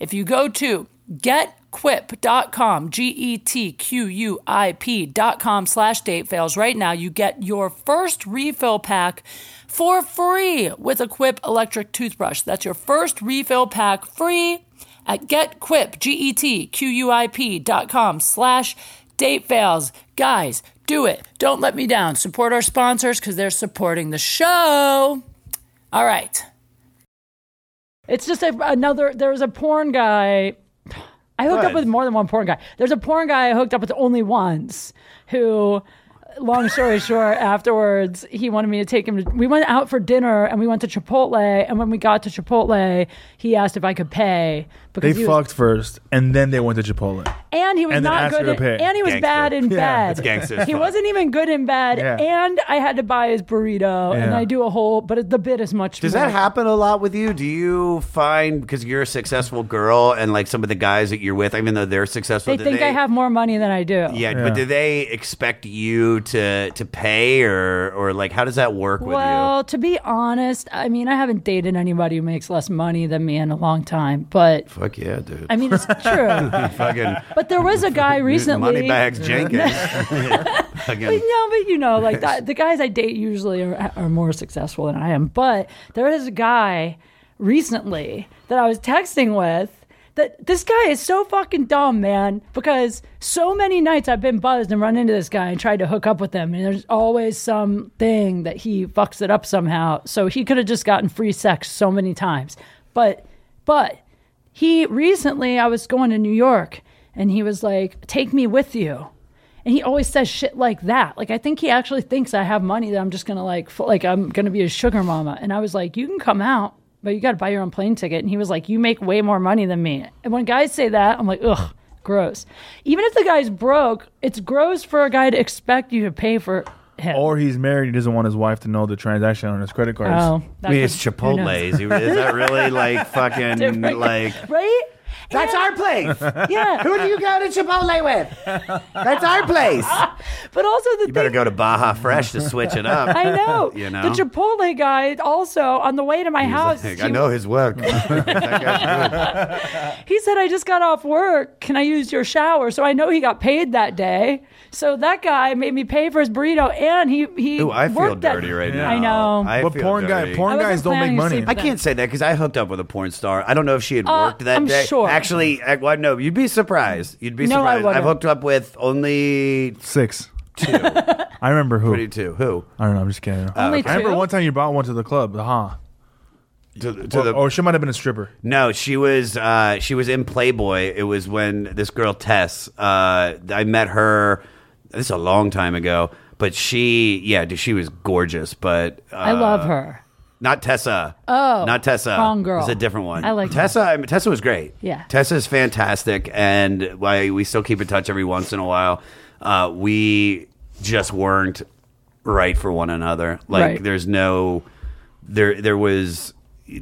Speaker 1: If you go to getquip.com, G E T Q U I P.com slash date fails right now, you get your first refill pack for free with a Quip electric toothbrush. That's your first refill pack free at getquip, E G-E-T-Q-U-I-P dot com slash date fails. Guys, do it. Don't let me down. Support our sponsors because they're supporting the show. All right. It's just a, another, there was a porn guy. I hooked up
Speaker 3: What?
Speaker 1: with more than one porn guy. There's a porn guy I hooked up with only once who long story short, afterwards, he wanted me to take him. To, we went out for dinner and we went to Chipotle. And when we got to Chipotle, he asked if I could pay
Speaker 2: they
Speaker 1: because he was-
Speaker 2: fucked first, and then they went to Chipotle.
Speaker 1: and he was
Speaker 2: and then
Speaker 1: not
Speaker 2: asked
Speaker 1: good.
Speaker 2: her
Speaker 1: In,
Speaker 2: to pay.
Speaker 1: and he was
Speaker 3: Gangster.
Speaker 1: bad in
Speaker 2: Yeah,
Speaker 1: bed.
Speaker 2: it's
Speaker 3: gangster's
Speaker 1: he
Speaker 3: fault.
Speaker 1: wasn't even good in bed.
Speaker 2: Yeah.
Speaker 1: And I had to buy his burrito. And
Speaker 2: Yeah.
Speaker 1: I do a whole, but the bit is much.
Speaker 3: Does
Speaker 1: more.
Speaker 3: that happen a lot with you? Do you find because you're a successful girl and like some of the guys that you're with, even though they're successful,
Speaker 1: They
Speaker 3: do
Speaker 1: think I have more money than I do.
Speaker 3: Yeah, but do they expect you to to pay or or like how does that work
Speaker 1: well,
Speaker 3: with
Speaker 1: to be honest, I mean, I haven't dated anybody who makes less money than me in a long time, but
Speaker 3: you? Fuck yeah, dude.
Speaker 1: I mean, it's true.
Speaker 3: Fucking
Speaker 1: But there was a guy recently.
Speaker 3: money bags Jenkins. Fucking-
Speaker 1: No, but you know, like the, the guys I date usually are, are more successful than I am. But there is a guy recently that I was texting with. That this guy is so fucking dumb, man. Because so many nights I've been buzzed and run into this guy and tried to hook up with him, and there's always some thing that he fucks it up somehow. So he could have just gotten free sex so many times, but but he recently I was going to New York, and he was like, "Take me with you." and he always says shit like that. Like I think he actually thinks I have money that I'm just gonna like f- like I'm gonna be a sugar mama. And I was like, you can come out, but you got to buy your own plane ticket. And he was like, you make way more money than me. And when guys say that, I'm like, ugh, gross. Even if the guy's broke, it's gross for a guy to expect you to pay for him.
Speaker 2: Or he's married. He doesn't want his wife to know the transaction on his credit cards.
Speaker 1: oh, that
Speaker 3: I mean,
Speaker 1: could-
Speaker 3: it's
Speaker 1: who knows?
Speaker 3: Chipotle's. Is that really like fucking
Speaker 1: Different.
Speaker 3: like?
Speaker 4: Right? That's our place.
Speaker 1: Yeah,
Speaker 4: Who do you go to Chipotle with? That's our place.
Speaker 1: but also the
Speaker 3: You
Speaker 1: thing
Speaker 3: better go to Baja Fresh to switch it up.
Speaker 1: I know.
Speaker 3: You
Speaker 1: The
Speaker 3: know?
Speaker 1: Chipotle guy also on the way to my house.
Speaker 3: Like,
Speaker 1: he,
Speaker 3: I know his work. That guy's good.
Speaker 1: he said, I just got off work. Can I use your shower? So I know he got paid that day. So that guy made me pay for his burrito and he, he
Speaker 3: Ooh, I feel
Speaker 1: worked that-
Speaker 3: dirty right now.
Speaker 1: I know.
Speaker 3: I
Speaker 2: but
Speaker 3: feel
Speaker 2: porn guy,
Speaker 3: dirty.
Speaker 2: porn
Speaker 1: I wasn't
Speaker 2: guys don't make
Speaker 1: planning to
Speaker 2: money.
Speaker 1: sleep
Speaker 3: I can't say that because I hooked up with a porn star. I don't know if she had
Speaker 1: Uh,
Speaker 3: worked that
Speaker 1: I'm
Speaker 3: day.
Speaker 1: sure.
Speaker 3: Actually, I, well, no, you'd be surprised. You'd be
Speaker 1: No, I
Speaker 3: surprised.
Speaker 1: wouldn't.
Speaker 3: I've hooked up with only
Speaker 2: Six.
Speaker 3: two.
Speaker 2: I remember who.
Speaker 3: Pretty two. Who?
Speaker 2: I don't know. I'm just kidding.
Speaker 1: Only
Speaker 2: I remember
Speaker 1: two?
Speaker 2: one time you brought one to the club, huh?
Speaker 3: To, to
Speaker 2: Or,
Speaker 3: the,
Speaker 2: or she might have been a stripper.
Speaker 3: no, she was uh, she was in Playboy. It was when this girl Tess. Uh, I met her. This is a long time ago, but she, yeah, dude, she was gorgeous. But uh,
Speaker 1: I love her.
Speaker 3: Not Tessa. Oh, not Tessa.
Speaker 1: wrong girl.
Speaker 3: It's a different one.
Speaker 1: I like
Speaker 3: Tessa. I mean, Tessa was great.
Speaker 1: Yeah.
Speaker 3: Tessa's fantastic, and why we still keep in touch every once in a while. Uh, we just weren't right for one another. Like
Speaker 1: Right.
Speaker 3: there's no there. There was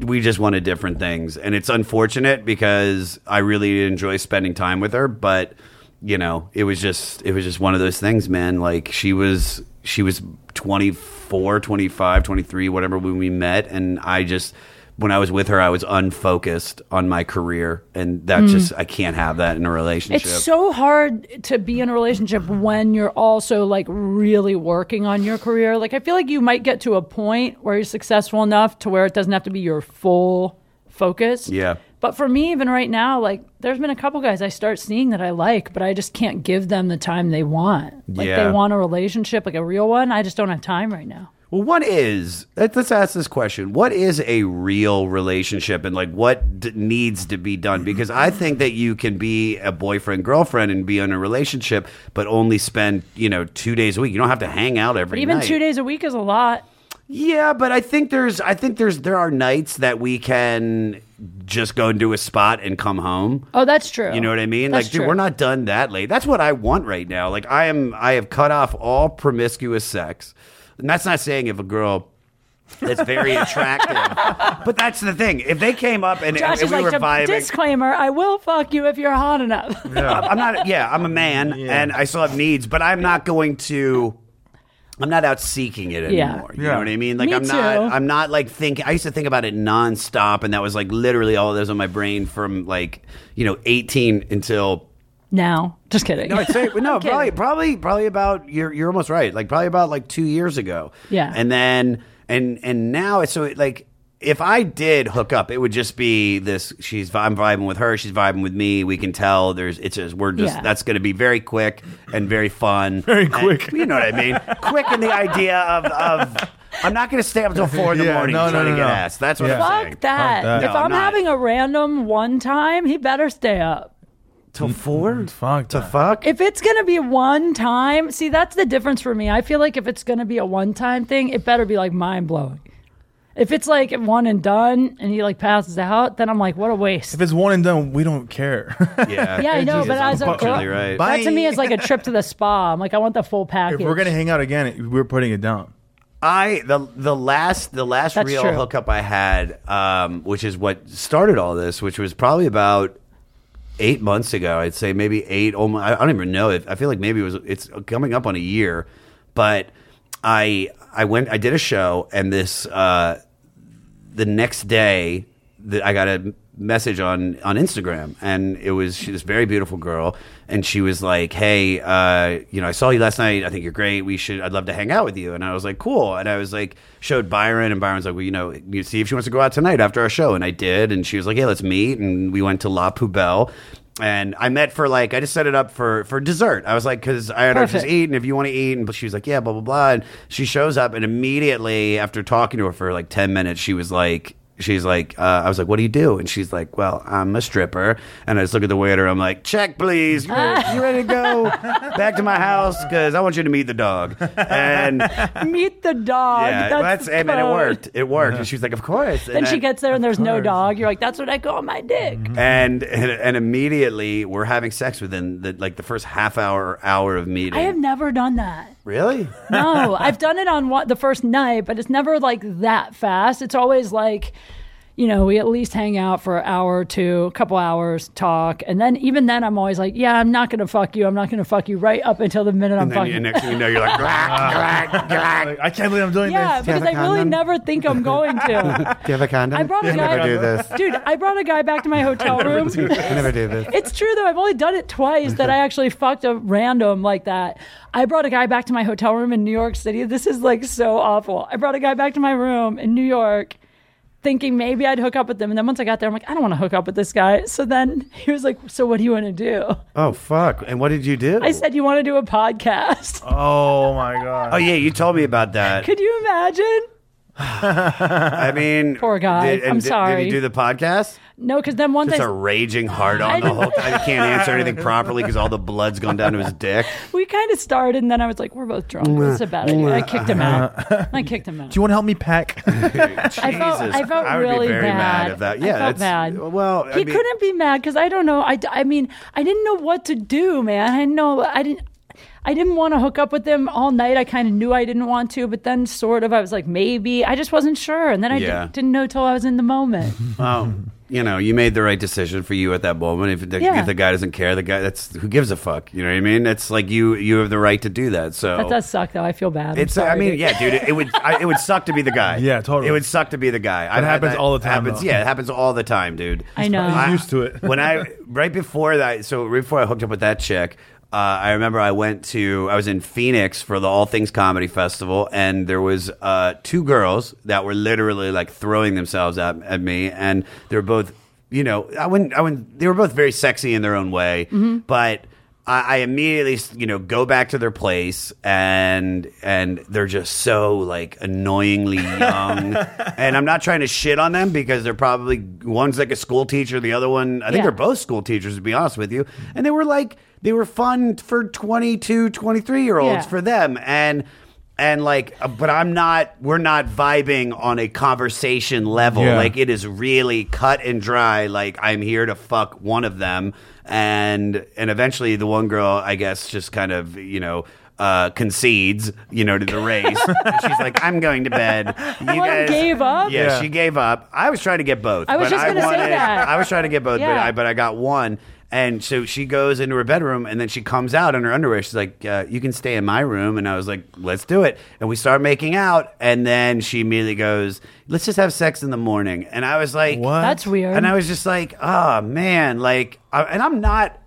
Speaker 3: we just wanted different things, and it's unfortunate because I really enjoy spending time with her, but you know, it was just it was just one of those things, man. Like she was she was 24, 25, 23, whatever when we met, and I just when I was with her, I was unfocused on my career, and that just I can't have that in a relationship.
Speaker 1: It's so hard to be in a relationship when you're also like really working on your career. Like I feel like you might get to a point where you're successful enough to where it doesn't have to be your full focus.
Speaker 3: Yeah.
Speaker 1: But for me even right now, like there's been a couple guys I start seeing that I like, but I just can't give them the time they want. Like
Speaker 3: Yeah.
Speaker 1: they want a relationship, like a real one. I just don't have time right now.
Speaker 3: Well, what is let- let's ask this question: What is a real relationship, and like what d- needs to be done? Because I think that you can be a boyfriend girlfriend and be in a relationship, but only spend you know two days a week. You don't have to hang out every
Speaker 1: Even
Speaker 3: night.
Speaker 1: two days a week is a lot.
Speaker 3: Yeah, but I think there's I think there's there are nights that we can just go into a spot and come home.
Speaker 1: Oh, that's true.
Speaker 3: You know what I mean?
Speaker 1: That's
Speaker 3: like, dude,
Speaker 1: true.
Speaker 3: we're not done that late. That's what I want right now. Like, I am, I have cut off all promiscuous sex, and that's not saying if a girl that's very attractive, but that's the thing. If they came up and,
Speaker 1: Josh
Speaker 3: and
Speaker 1: is
Speaker 3: we
Speaker 1: like
Speaker 3: were
Speaker 1: "Di-
Speaker 3: vibing,
Speaker 1: disclaimer, I will fuck you if you're hot enough.
Speaker 3: I'm not. Yeah, I'm a man, and I still have needs, but I'm not going to. I'm not out seeking it
Speaker 1: Yeah.
Speaker 3: anymore. You
Speaker 2: Yeah.
Speaker 3: know what I mean? Like
Speaker 1: Me
Speaker 3: I'm not.
Speaker 1: too.
Speaker 3: I'm not like thinking. I used to think about it nonstop, and that was like literally all that was on my brain from like you know 18 until
Speaker 1: now. Just kidding.
Speaker 3: No, I'd say but no,
Speaker 1: I'm kidding.
Speaker 3: probably probably probably about you're you're almost right. Like probably about like two years ago.
Speaker 1: Yeah.
Speaker 3: And then and and now it's so it, like if I did hook up, it would just be this. She's I'm vibing with her. She's vibing with me. We can tell. There's it's just we're just
Speaker 1: Yeah.
Speaker 3: that's going to be very quick and very fun.
Speaker 2: Very
Speaker 3: And-
Speaker 2: quick.
Speaker 3: you know what I mean? quick in the idea of of I'm not going to stay up till four in the
Speaker 2: Yeah,
Speaker 3: morning
Speaker 2: no, no,
Speaker 3: trying
Speaker 2: no,
Speaker 3: to get
Speaker 2: no.
Speaker 3: ass. That's what
Speaker 2: Yeah.
Speaker 3: I'm saying.
Speaker 1: Fuck that.
Speaker 2: that.
Speaker 1: If
Speaker 3: No,
Speaker 1: I'm
Speaker 3: not.
Speaker 1: having a random one time, he better stay up.
Speaker 3: Till four.
Speaker 2: Fuck.
Speaker 3: To
Speaker 2: that.
Speaker 3: fuck.
Speaker 1: If it's going to be one time, see, that's the difference for me. I feel like if it's going to be a one time thing, it better be like mind blowing. If it's like one and done and he like passes out, then I'm like, what a waste.
Speaker 2: If it's one and done, we don't care.
Speaker 3: yeah.
Speaker 1: Yeah, I know,
Speaker 3: Jesus,
Speaker 1: but as a
Speaker 3: unfortunately,
Speaker 1: girl,
Speaker 3: right.
Speaker 1: that to me
Speaker 2: Bye.
Speaker 1: is like a trip to the spa. I'm like, I want the full package.
Speaker 2: if we're gonna hang out again, we're putting it down.
Speaker 3: I the the last the last
Speaker 1: That's
Speaker 3: real
Speaker 1: true.
Speaker 3: hookup I had, um, which is what started all this, which was probably about eight months ago. I'd say maybe eight. Almost, I don't even know. If, I feel like maybe it was. It's coming up on a year, but I I went. I did a show, and this uh, the next day that I got a message on on Instagram, and it was she, this very beautiful girl, and she was like, "Hey, uh, you know, I saw you last night. I think you're great. We should. I'd love to hang out with you." And I was like, "Cool." And I was like, showed Byron, and Byron's like, "Well, you know, you see if she wants to go out tonight after our show." And I did, and she was like, "Hey, let's meet." And we went to La Poubelle. And I met for like I just set it up for for dessert. I was like, because I had her just
Speaker 1: Perfect.
Speaker 3: eat eat and if you want to eat and she was like yeah blah blah blah and she shows up and immediately after talking to her for like 10 minutes she was like she's like, uh, I was like, what do you do? And she's like, well, I'm a stripper. And I just look at the waiter. I'm like, check, please. You ready, you ready to go back to my house? Because I want you to meet the dog. And yeah,
Speaker 1: Meet the dog.
Speaker 3: well,
Speaker 1: Oh, that's,
Speaker 3: that's hey, man, it
Speaker 1: code.
Speaker 3: worked. It worked. And she's like, of course.
Speaker 1: Then she
Speaker 3: I-
Speaker 1: gets there and there's no
Speaker 2: course.
Speaker 1: dog. You're like, that's what I call my dick.
Speaker 3: and, and and immediately we're having sex within the like the first half hour or hour of meeting.
Speaker 1: I have never done that.
Speaker 3: really?
Speaker 1: No, I've done it on one, the first night, but it's never like that fast. It's always like, you know, we at least hang out for an hour or two, a couple hours, talk. And then even then, I'm always like, yeah, I'm not going to fuck you. I'm not going to fuck you right up until the minute I'm
Speaker 3: And then
Speaker 1: fucking.
Speaker 3: you, next thing you know, you're like, "Glack, glack, glack."
Speaker 2: Like, I can't believe I'm doing
Speaker 1: yeah,
Speaker 2: this.
Speaker 1: because I really never think I'm going to.
Speaker 5: Do you have a condom?
Speaker 1: I brought a
Speaker 5: I
Speaker 1: guy.
Speaker 5: never do this.
Speaker 1: Dude, I brought a guy back to my hotel room.
Speaker 5: I never do this.
Speaker 1: It's true though. I've only done it twice that I actually fucked a random like that. I brought a guy back to my hotel room in New York City. This is like so awful. I brought a guy back to my room in New York thinking maybe I'd hook up with them. And then once I got there, I'm like, I don't want to hook up with this guy. So then he was like, So what do you want to do?
Speaker 5: Oh fuck! And what did you do?
Speaker 1: I said, You want to do a podcast?
Speaker 2: Oh my god.
Speaker 3: Oh yeah, you told me about that.
Speaker 1: Could you imagine?
Speaker 3: I mean,
Speaker 1: Poor guy.
Speaker 3: and
Speaker 1: I'm
Speaker 3: did- Did
Speaker 1: sorry.
Speaker 3: he do the podcast?
Speaker 1: No, because then once
Speaker 3: Just
Speaker 1: I.
Speaker 3: a raging hard on
Speaker 1: I
Speaker 3: the
Speaker 1: didn't-
Speaker 3: whole time. He can't answer anything properly because all the blood's gone down to his dick.
Speaker 1: we kind of started, and then I was like, "We're both drunk. That's a bad idea." I kicked him out. I kicked him out.
Speaker 2: Do you want to help me pack?
Speaker 3: Jesus,
Speaker 1: I felt, I felt
Speaker 3: I would
Speaker 1: really
Speaker 3: be very
Speaker 1: bad.
Speaker 3: mad if that.
Speaker 1: I
Speaker 3: Yeah,
Speaker 1: felt
Speaker 3: it's-
Speaker 1: bad.
Speaker 3: Well, I
Speaker 1: he
Speaker 3: mean,
Speaker 1: couldn't be mad because I don't know. I, I mean, I didn't know what to do, man. I know I didn't. I didn't want to hook up with him all night. I kind of knew I didn't want to, but then sort of I was like, maybe. I just wasn't sure. And then I di-
Speaker 3: Yeah.
Speaker 1: didn't know till I was in the moment.
Speaker 3: Well, you know, you made the right decision for you at that moment. If the,
Speaker 1: Yeah.
Speaker 3: if the guy doesn't care, the guy that's who gives a fuck. You know what I mean? It's like you you have the right to do that. So
Speaker 1: That does suck, though. I feel bad. I'm
Speaker 3: It's. I
Speaker 1: sorry.
Speaker 3: mean, yeah, dude. It, it would. I, it would suck to be the guy.
Speaker 2: Yeah, totally.
Speaker 3: It would suck to be the guy. It
Speaker 2: happens all the time,
Speaker 3: Happens.
Speaker 2: though.
Speaker 3: Yeah, it happens all the time, dude.
Speaker 1: I know. He's
Speaker 2: used to it.
Speaker 3: when I right before that, so right before I hooked up with that chick. Uh, I remember I went to I was in Phoenix for the All Things Comedy Festival, and there was uh, two girls that were literally like throwing themselves at, at me, and they were both, you know, I wouldn't, I wouldn't, they were both very sexy in their own way, but I, I immediately, you know, go back to their place, and and they're just so like annoyingly young. and I'm not trying to shit on them because they're probably one's like a school teacher, the other one, I think
Speaker 1: Yeah.
Speaker 3: they're both school teachers, to be honest with you. And they were like, they were fun for 22, 23 year olds
Speaker 1: Yeah.
Speaker 3: for them, and. And like, uh, but I'm not. We're not vibing on a conversation level.
Speaker 2: Yeah.
Speaker 3: Like, it is really cut and dry. Like I'm here to fuck one of them, and and eventually the one girl, I guess, just kind of you know uh, concedes, you know, to the race. And she's like, I'm going to bed. You guys
Speaker 1: gave up?
Speaker 3: Yeah,
Speaker 2: Yeah.
Speaker 3: she gave up. I was trying to get both.
Speaker 1: I was
Speaker 3: but
Speaker 1: just gonna say
Speaker 3: wanted-
Speaker 1: that.
Speaker 3: I was trying to get both, but
Speaker 1: Yeah.
Speaker 3: I but I got one. And so she goes into her bedroom, and then she comes out in her underwear. She's like, uh, "You can stay in my room." And I was like, "Let's do it." And we start making out, and then she immediately goes, "Let's just have sex in the morning." And I was like,
Speaker 2: What?
Speaker 1: That's weird.
Speaker 3: and I was just like, oh man, like, I, and I'm not,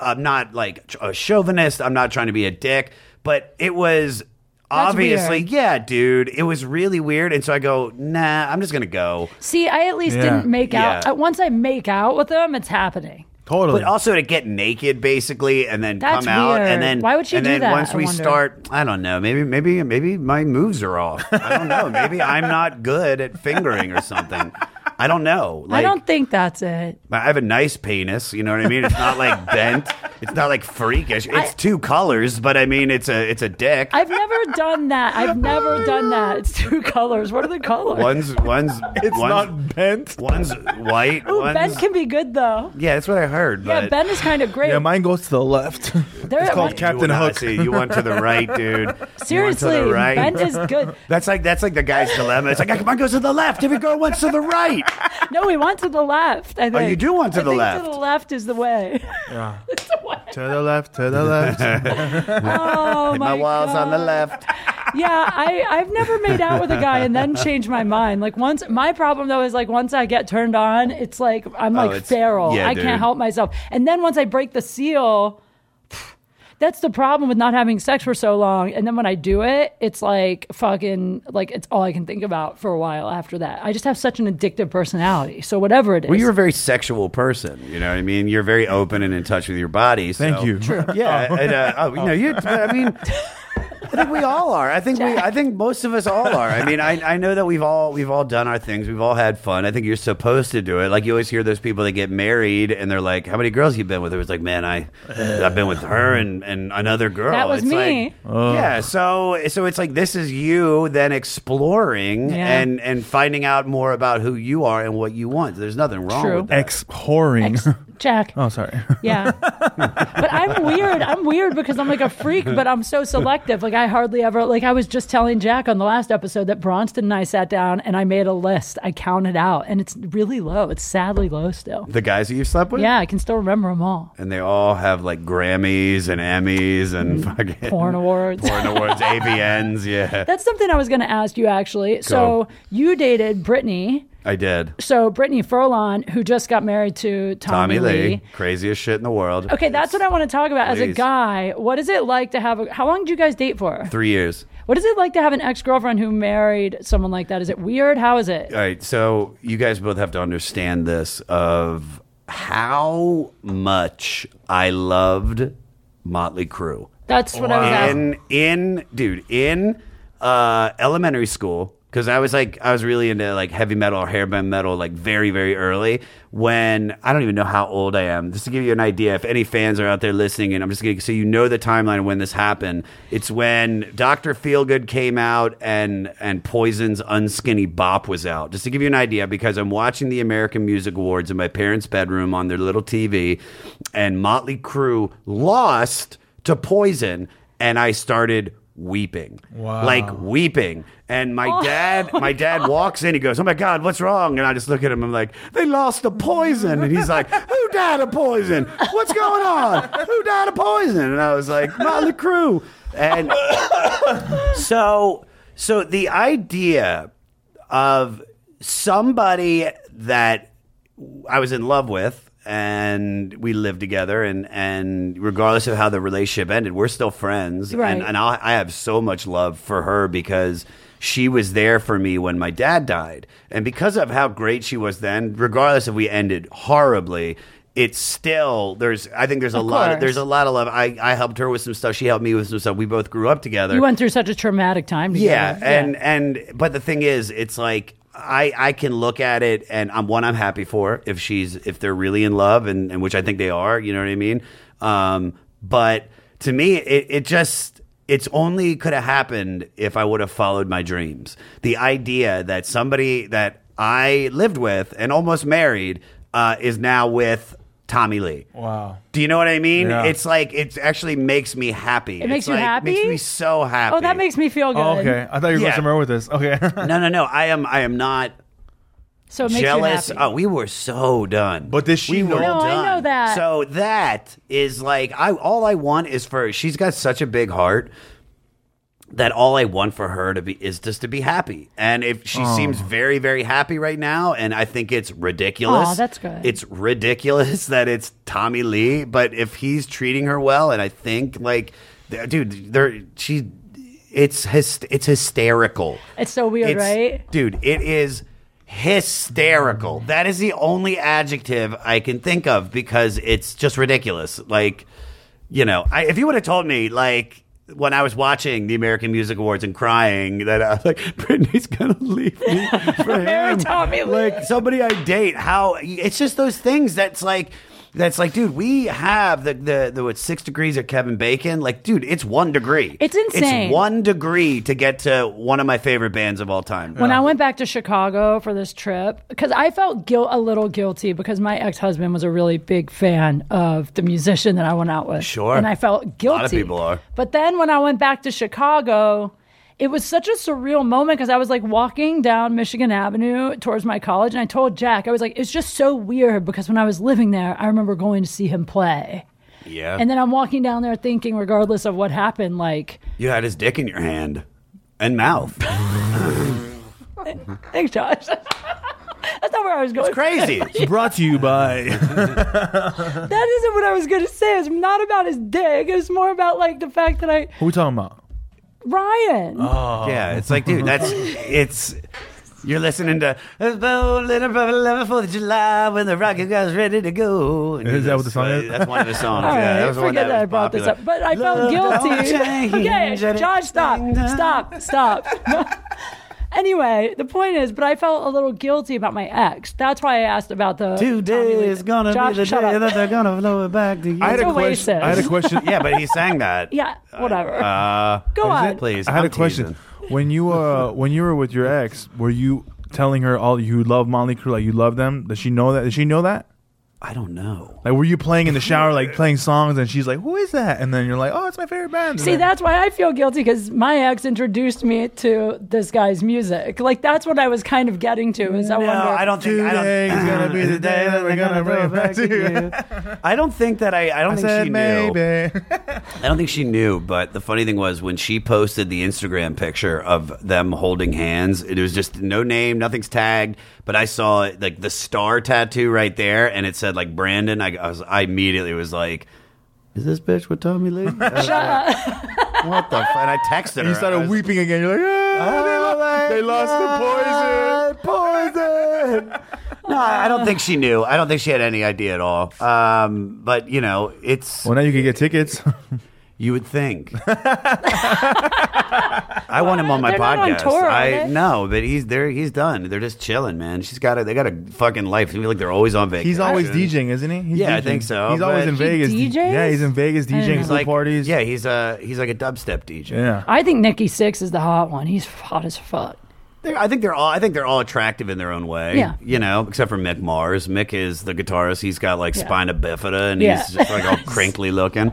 Speaker 3: I'm not like ch- a chauvinist. I'm not trying to be a dick, but it was obviously,
Speaker 1: weird.
Speaker 3: yeah, dude, it was really weird. And so I go, nah, I'm just gonna go.
Speaker 1: See, I at least
Speaker 2: Yeah.
Speaker 1: didn't make out.
Speaker 3: Yeah.
Speaker 1: uh, Once I make out with him, it's happening.
Speaker 2: totally.
Speaker 3: But also to get naked, basically, and then
Speaker 1: That's
Speaker 3: come out,
Speaker 1: weird.
Speaker 3: and then
Speaker 1: Why would she
Speaker 3: and
Speaker 1: do
Speaker 3: then
Speaker 1: that,
Speaker 3: Once
Speaker 1: I
Speaker 3: we
Speaker 1: wonder?
Speaker 3: start, I don't know. Maybe, maybe, maybe my moves are off. I don't know. Maybe I'm not good at fingering or something. I don't know.
Speaker 1: I
Speaker 3: Like,
Speaker 1: don't think that's it.
Speaker 3: I have a nice penis, you know what I mean? It's not like bent. It's not like freakish. It's two colors, but I mean it's a it's a dick.
Speaker 1: I've never done that. I've never done that. It's two colors. What are the colors?
Speaker 3: one's one's
Speaker 2: it's
Speaker 3: one's,
Speaker 2: not bent.
Speaker 3: one's white,
Speaker 1: Ooh,
Speaker 3: one's
Speaker 1: Ben can be good though.
Speaker 3: Yeah, that's what I heard.
Speaker 1: Yeah,
Speaker 3: but
Speaker 1: Ben is kind of great.
Speaker 2: Yeah, mine goes to the left.
Speaker 1: There- You
Speaker 2: it's called
Speaker 3: you will
Speaker 2: Captain
Speaker 3: not
Speaker 2: Hook.
Speaker 3: see. You went to the right, dude.
Speaker 1: Seriously,
Speaker 3: you went to the right.
Speaker 1: Ben is good.
Speaker 3: that's like that's like the guy's dilemma. It's like mine goes to the left. Every girl wants to the right.
Speaker 1: No, we want to the left. I think.
Speaker 3: Oh, you do want to
Speaker 1: I
Speaker 3: the
Speaker 1: think
Speaker 3: left.
Speaker 1: To the left is the way.
Speaker 2: Yeah.
Speaker 1: It's the way.
Speaker 2: to the left, to the left.
Speaker 1: Oh my,
Speaker 3: My walls on the
Speaker 1: God.
Speaker 3: left.
Speaker 1: Yeah, I I've never made out with a guy and then changed my mind. Like once, my problem though is like once I get turned on, it's like I'm like
Speaker 3: Oh, it's-
Speaker 1: feral.
Speaker 3: yeah,
Speaker 1: I
Speaker 3: dude.
Speaker 1: can't help myself. And then once I break the seal. That's the problem with not having sex for so long. And then when I do it, it's like fucking, like it's all I can think about for a while after that. I just have such an addictive personality. So whatever it is.
Speaker 3: Well, you're a very sexual person. You know what I mean? You're very open and in touch with your body. so-
Speaker 2: Thank you. True.
Speaker 3: Yeah. And, uh, oh, you know, you. I mean, I think we all are. I think we. I think most of us all are. I mean, I, I know that we've all we've all done our things. We've all had fun. I think you're supposed to do it. Like you always hear those people that get married and they're like, "How many girls you been with?" It was like, "Man, I I've been with her and, and another girl."
Speaker 1: That was
Speaker 3: It's
Speaker 1: me.
Speaker 3: like- yeah. So so it's like this is you then exploring
Speaker 1: Yeah.
Speaker 3: and and finding out more about who you are and what you want. There's nothing wrong.
Speaker 1: True.
Speaker 3: With that.
Speaker 2: Ex whoring.
Speaker 1: Jack.
Speaker 2: oh, sorry.
Speaker 1: Yeah. but I'm weird. I'm weird because I'm like a freak, but I'm so selective. Like I hardly ever like I was just telling Jack on the last episode that Bronston and I sat down and I made a list. I counted out and it's really low. It's sadly low still.
Speaker 3: The guys that you've slept with.
Speaker 1: Yeah, I can still remember them all.
Speaker 3: And they all have like Grammys and Emmys and fucking
Speaker 1: Mm. Porn awards.
Speaker 3: Mm. porn awards, AVNs. Yeah,
Speaker 1: That's something I was going to ask you actually. So you dated Brittany.
Speaker 3: I did.
Speaker 1: So Brittany Furlan, who just got married to Tommy,
Speaker 3: Tommy Lee,
Speaker 1: Lee.
Speaker 3: craziest shit in the world.
Speaker 1: Okay, that's what I want to talk about. As a
Speaker 3: Please.
Speaker 1: guy, what is it like to have a? How long did you guys date for?
Speaker 3: Three years.
Speaker 1: What is it like to have an ex girlfriend who married someone like that? Is it weird? How is it?
Speaker 3: All right, so you guys both have to understand this of how much I loved Motley Crue.
Speaker 1: That's what I was asking.
Speaker 3: in in dude in uh elementary school because i was like i was really into like heavy metal or hair band metal like very very early when i don't even know how old i am just to give you an idea if any fans are out there listening and i'm just gonna so you know the timeline of when this happened it's when dr feelgood came out and and poison's unskinny bop was out just to give you an idea because i'm watching the american music awards in my parents bedroom on their little tv and motley crue lost to poison and I started weeping.
Speaker 2: Wow.
Speaker 3: Like weeping. And my dad, my dad walks in, he goes, Oh my God, what's wrong? And I just look at him, I'm like, They lost the poison. And he's like, Who died of poison? What's going on? Who died of poison? And I was like, Motley Crue. And so so the idea of somebody that I was in love with and we lived together and and regardless of how the relationship ended we're still friends
Speaker 1: Right.
Speaker 3: and, and I, I have so much love for her because she was there for me when my dad died and because of how great she was then regardless if we ended horribly it's still there's i think there's a
Speaker 1: Of
Speaker 3: lot
Speaker 1: course.
Speaker 3: there's a lot of love I, I helped her with some stuff she helped me with some stuff we both grew up together
Speaker 1: You went through such a traumatic time. Together.
Speaker 3: yeah, and and but the thing is, it's like I I can look at it and I'm one I'm happy for if she's if they're really in love and, and which I think they are. You know what I mean? Um, but to me, it it just it's only could have happened if I would have followed my dreams. The idea that somebody that I lived with and almost married uh, is now with Tommy Lee.
Speaker 2: Wow.
Speaker 3: Do you know what I mean?
Speaker 2: Yeah.
Speaker 3: It's like it actually makes me happy. It
Speaker 1: makes you happy?
Speaker 3: Makes me so happy.
Speaker 1: oh, that makes me feel good.
Speaker 2: Oh, okay. I thought you were
Speaker 3: Yeah.
Speaker 2: going somewhere with this. Okay.
Speaker 3: No, no, no. I am. I am not
Speaker 1: So it makes
Speaker 3: jealous.
Speaker 1: you happy.
Speaker 3: Oh, we were so done.
Speaker 2: But does she
Speaker 3: we were
Speaker 2: know?
Speaker 1: No, I
Speaker 3: done.
Speaker 1: know that.
Speaker 3: So that is like I. All I want is for. She's got such a big heart that all I want for her to be is just to be happy. And if she
Speaker 2: Oh.
Speaker 3: seems very, very happy right now, and I think it's ridiculous.
Speaker 1: Aw, that's good.
Speaker 3: It's ridiculous that it's Tommy Lee, but if he's treating her well, and I think like, th- dude, there she. It's hyst- it's hysterical.
Speaker 1: It's so weird,
Speaker 3: It's-
Speaker 1: right?
Speaker 3: Dude, it is hysterical. That is the only adjective I can think of because it's just ridiculous. Like, you know, I, if you would have told me, like, when I was watching the American Music Awards and crying, that I was like, Britney's gonna leave me for
Speaker 1: Mary
Speaker 3: him.
Speaker 1: Tommy Lee.
Speaker 3: Like somebody I date. How it's just those things that's like. That's like, dude, we have the the, the what, six degrees of Kevin Bacon. Like, dude, it's one degree.
Speaker 1: It's insane.
Speaker 3: It's one degree to get to one of my favorite bands of all time.
Speaker 1: When I went back to Chicago for this trip, because I felt guilt a little guilty because my ex husband was a really big fan of the musician that I went out with.
Speaker 3: Sure.
Speaker 1: And I felt guilty.
Speaker 3: lot of people are.
Speaker 1: But then when I went back to Chicago, it was such a surreal moment because I was like walking down Michigan Avenue towards my college, and I told Jack, I was like, it's just so weird because when I was living there, I remember going to see him play.
Speaker 3: Yeah.
Speaker 1: And then I'm walking down there thinking, regardless of what happened, like,
Speaker 3: you had his dick in your hand and mouth.
Speaker 1: thanks, Josh. That's not where I was going.
Speaker 3: Crazy.
Speaker 2: Brought to you by.
Speaker 1: That isn't what I was gonna say. It's not about his dick. It's more about like the fact that I
Speaker 2: Who we talking about?
Speaker 1: Ryan.
Speaker 3: Oh,
Speaker 1: Oh.
Speaker 3: yeah, it's like, dude, that's it's You're listening to "Let's Bowl Little Brother Love Fourth of July when the rocket guy's ready to go. And
Speaker 2: Is
Speaker 3: you
Speaker 2: that what
Speaker 3: just-
Speaker 2: the song is?
Speaker 3: That's one of the songs.
Speaker 1: All
Speaker 3: yeah,
Speaker 1: right,
Speaker 3: that was the one
Speaker 1: forget
Speaker 3: that
Speaker 1: that I
Speaker 3: was
Speaker 1: brought
Speaker 3: popular.
Speaker 1: this up, but I felt
Speaker 3: Love don't
Speaker 1: guilty.
Speaker 3: change
Speaker 1: Okay,
Speaker 3: anything.
Speaker 1: Josh, stop, stop, stop. anyway, the point is, but I felt a little guilty about my ex. That's why I asked about the Tommy Lee-
Speaker 3: Today is gonna
Speaker 1: Josh,
Speaker 3: be the
Speaker 1: shut
Speaker 3: day
Speaker 1: up.
Speaker 3: that they're gonna blow it back to you.
Speaker 2: I had a
Speaker 1: It's
Speaker 2: question. I had a
Speaker 1: Oasis.
Speaker 2: question.
Speaker 3: yeah, but he sang that.
Speaker 1: Yeah, whatever.
Speaker 3: Uh,
Speaker 1: Go on.
Speaker 3: please.
Speaker 2: I had
Speaker 3: I'm
Speaker 2: a question.
Speaker 3: teasing.
Speaker 2: When you uh, when you were with your ex, were you telling her all you love Molly Crew, like you love them? Did she know that? Did she know that?
Speaker 3: I don't know.
Speaker 2: Like, were you playing in the shower, like playing songs, and she's like, "Who is that?" And then you're like, "Oh, it's my favorite band." And
Speaker 1: See,
Speaker 2: then-
Speaker 1: that's why I feel guilty because my ex introduced me to this guy's music. Like that's what I was kind of getting to. Is I
Speaker 3: No,
Speaker 1: wonder.
Speaker 3: I don't think. I don't,
Speaker 2: Today is gonna be the day that we're gonna bring it back to
Speaker 3: you. I don't think that I. I don't
Speaker 2: I
Speaker 3: think
Speaker 2: said
Speaker 3: she knew.
Speaker 2: maybe.
Speaker 3: I don't think she knew. But the funny thing was when she posted the Instagram picture of them holding hands, it was just no name, nothing's tagged. But I saw it like the star tattoo right there, and it said like Brandon. I, I, was, I immediately was like. Is this bitch with Tommy Lee? Shut up. What the? F-? And I texted her.
Speaker 2: you
Speaker 3: I
Speaker 2: started
Speaker 3: was-
Speaker 2: weeping again. You're like, "Ah, they lo- they lost the poison." Ah,
Speaker 3: poison. no, I I don't think she knew. I don't think she had any idea at all. Um, but you know, it's
Speaker 2: Well, now you can get tickets.
Speaker 3: you would think. I want him on my
Speaker 1: They're not on
Speaker 3: podcast.
Speaker 1: tour, are
Speaker 3: I
Speaker 1: they?
Speaker 3: no, but he's there. He's done. They're just chilling, man. She's got a, They got a fucking life. I feel like they're always on vacation.
Speaker 2: He's always DJing, isn't he? He's
Speaker 3: Yeah, I
Speaker 2: DJing.
Speaker 3: think so,
Speaker 2: He's always
Speaker 3: but-
Speaker 2: in
Speaker 3: He
Speaker 2: Vegas.
Speaker 1: DJs?
Speaker 2: Yeah, he's in Vegas
Speaker 1: don't know.
Speaker 2: DJing
Speaker 1: He's
Speaker 2: pool
Speaker 3: like
Speaker 2: parties.
Speaker 3: Yeah, he's a he's like a dubstep DJ.
Speaker 2: yeah.
Speaker 1: I think Nikki Six is the hot one. He's hot as fuck.
Speaker 3: They're, I think they're all. I think they're all attractive in their own way.
Speaker 1: Yeah.
Speaker 3: you know, except for Mick Mars. Mick is the guitarist. He's got like
Speaker 1: Yeah.
Speaker 3: spina bifida, and
Speaker 1: Yeah.
Speaker 3: he's just like all crinkly looking.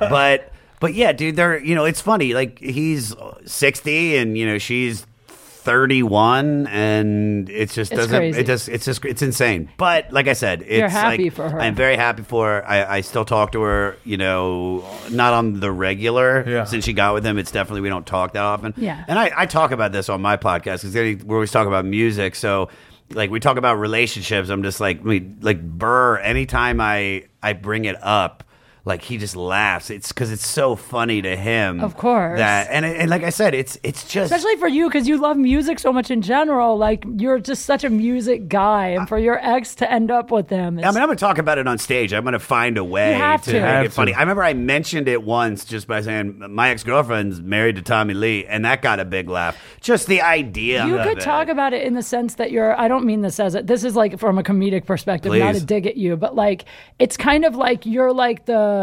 Speaker 3: But but yeah, dude, they're you know, it's funny. Like he's sixty, and you know she's thirty one, and it just
Speaker 1: It's
Speaker 3: doesn't.
Speaker 1: crazy.
Speaker 3: It just it's just it's insane. But like I said, it's
Speaker 1: happy
Speaker 3: like,
Speaker 1: for her.
Speaker 3: I'm very happy for her. I, I still talk to her. You know, not on the regular
Speaker 2: Yeah.
Speaker 3: since she got with him. It's definitely we don't talk that often.
Speaker 1: Yeah.
Speaker 3: And I, I talk about this on my podcast because we're always talking about music. So, like, we talk about relationships. I'm just like, I mean, like Burr. Anytime I I bring it up, like he just laughs. It's because it's so funny to him.
Speaker 1: Of course.
Speaker 3: That and and like I said, it's it's just
Speaker 1: Especially for you, because you love music so much in general. Like you're just such a music guy, and for your ex to end up with them,
Speaker 3: I mean, I'm going to talk about it on stage. I'm going to find a way
Speaker 1: You have to.
Speaker 3: make
Speaker 2: Have
Speaker 3: it funny.
Speaker 2: to.
Speaker 3: I remember I mentioned it once just by saying my ex girlfriend's married to Tommy Lee, and that got a big laugh. Just the idea.
Speaker 1: you
Speaker 3: of
Speaker 1: could
Speaker 3: it.
Speaker 1: talk about it in the sense that you're. I don't mean this as it. This is like from a comedic perspective, not a
Speaker 3: Please.
Speaker 1: dig at you, but like it's kind of like you're like the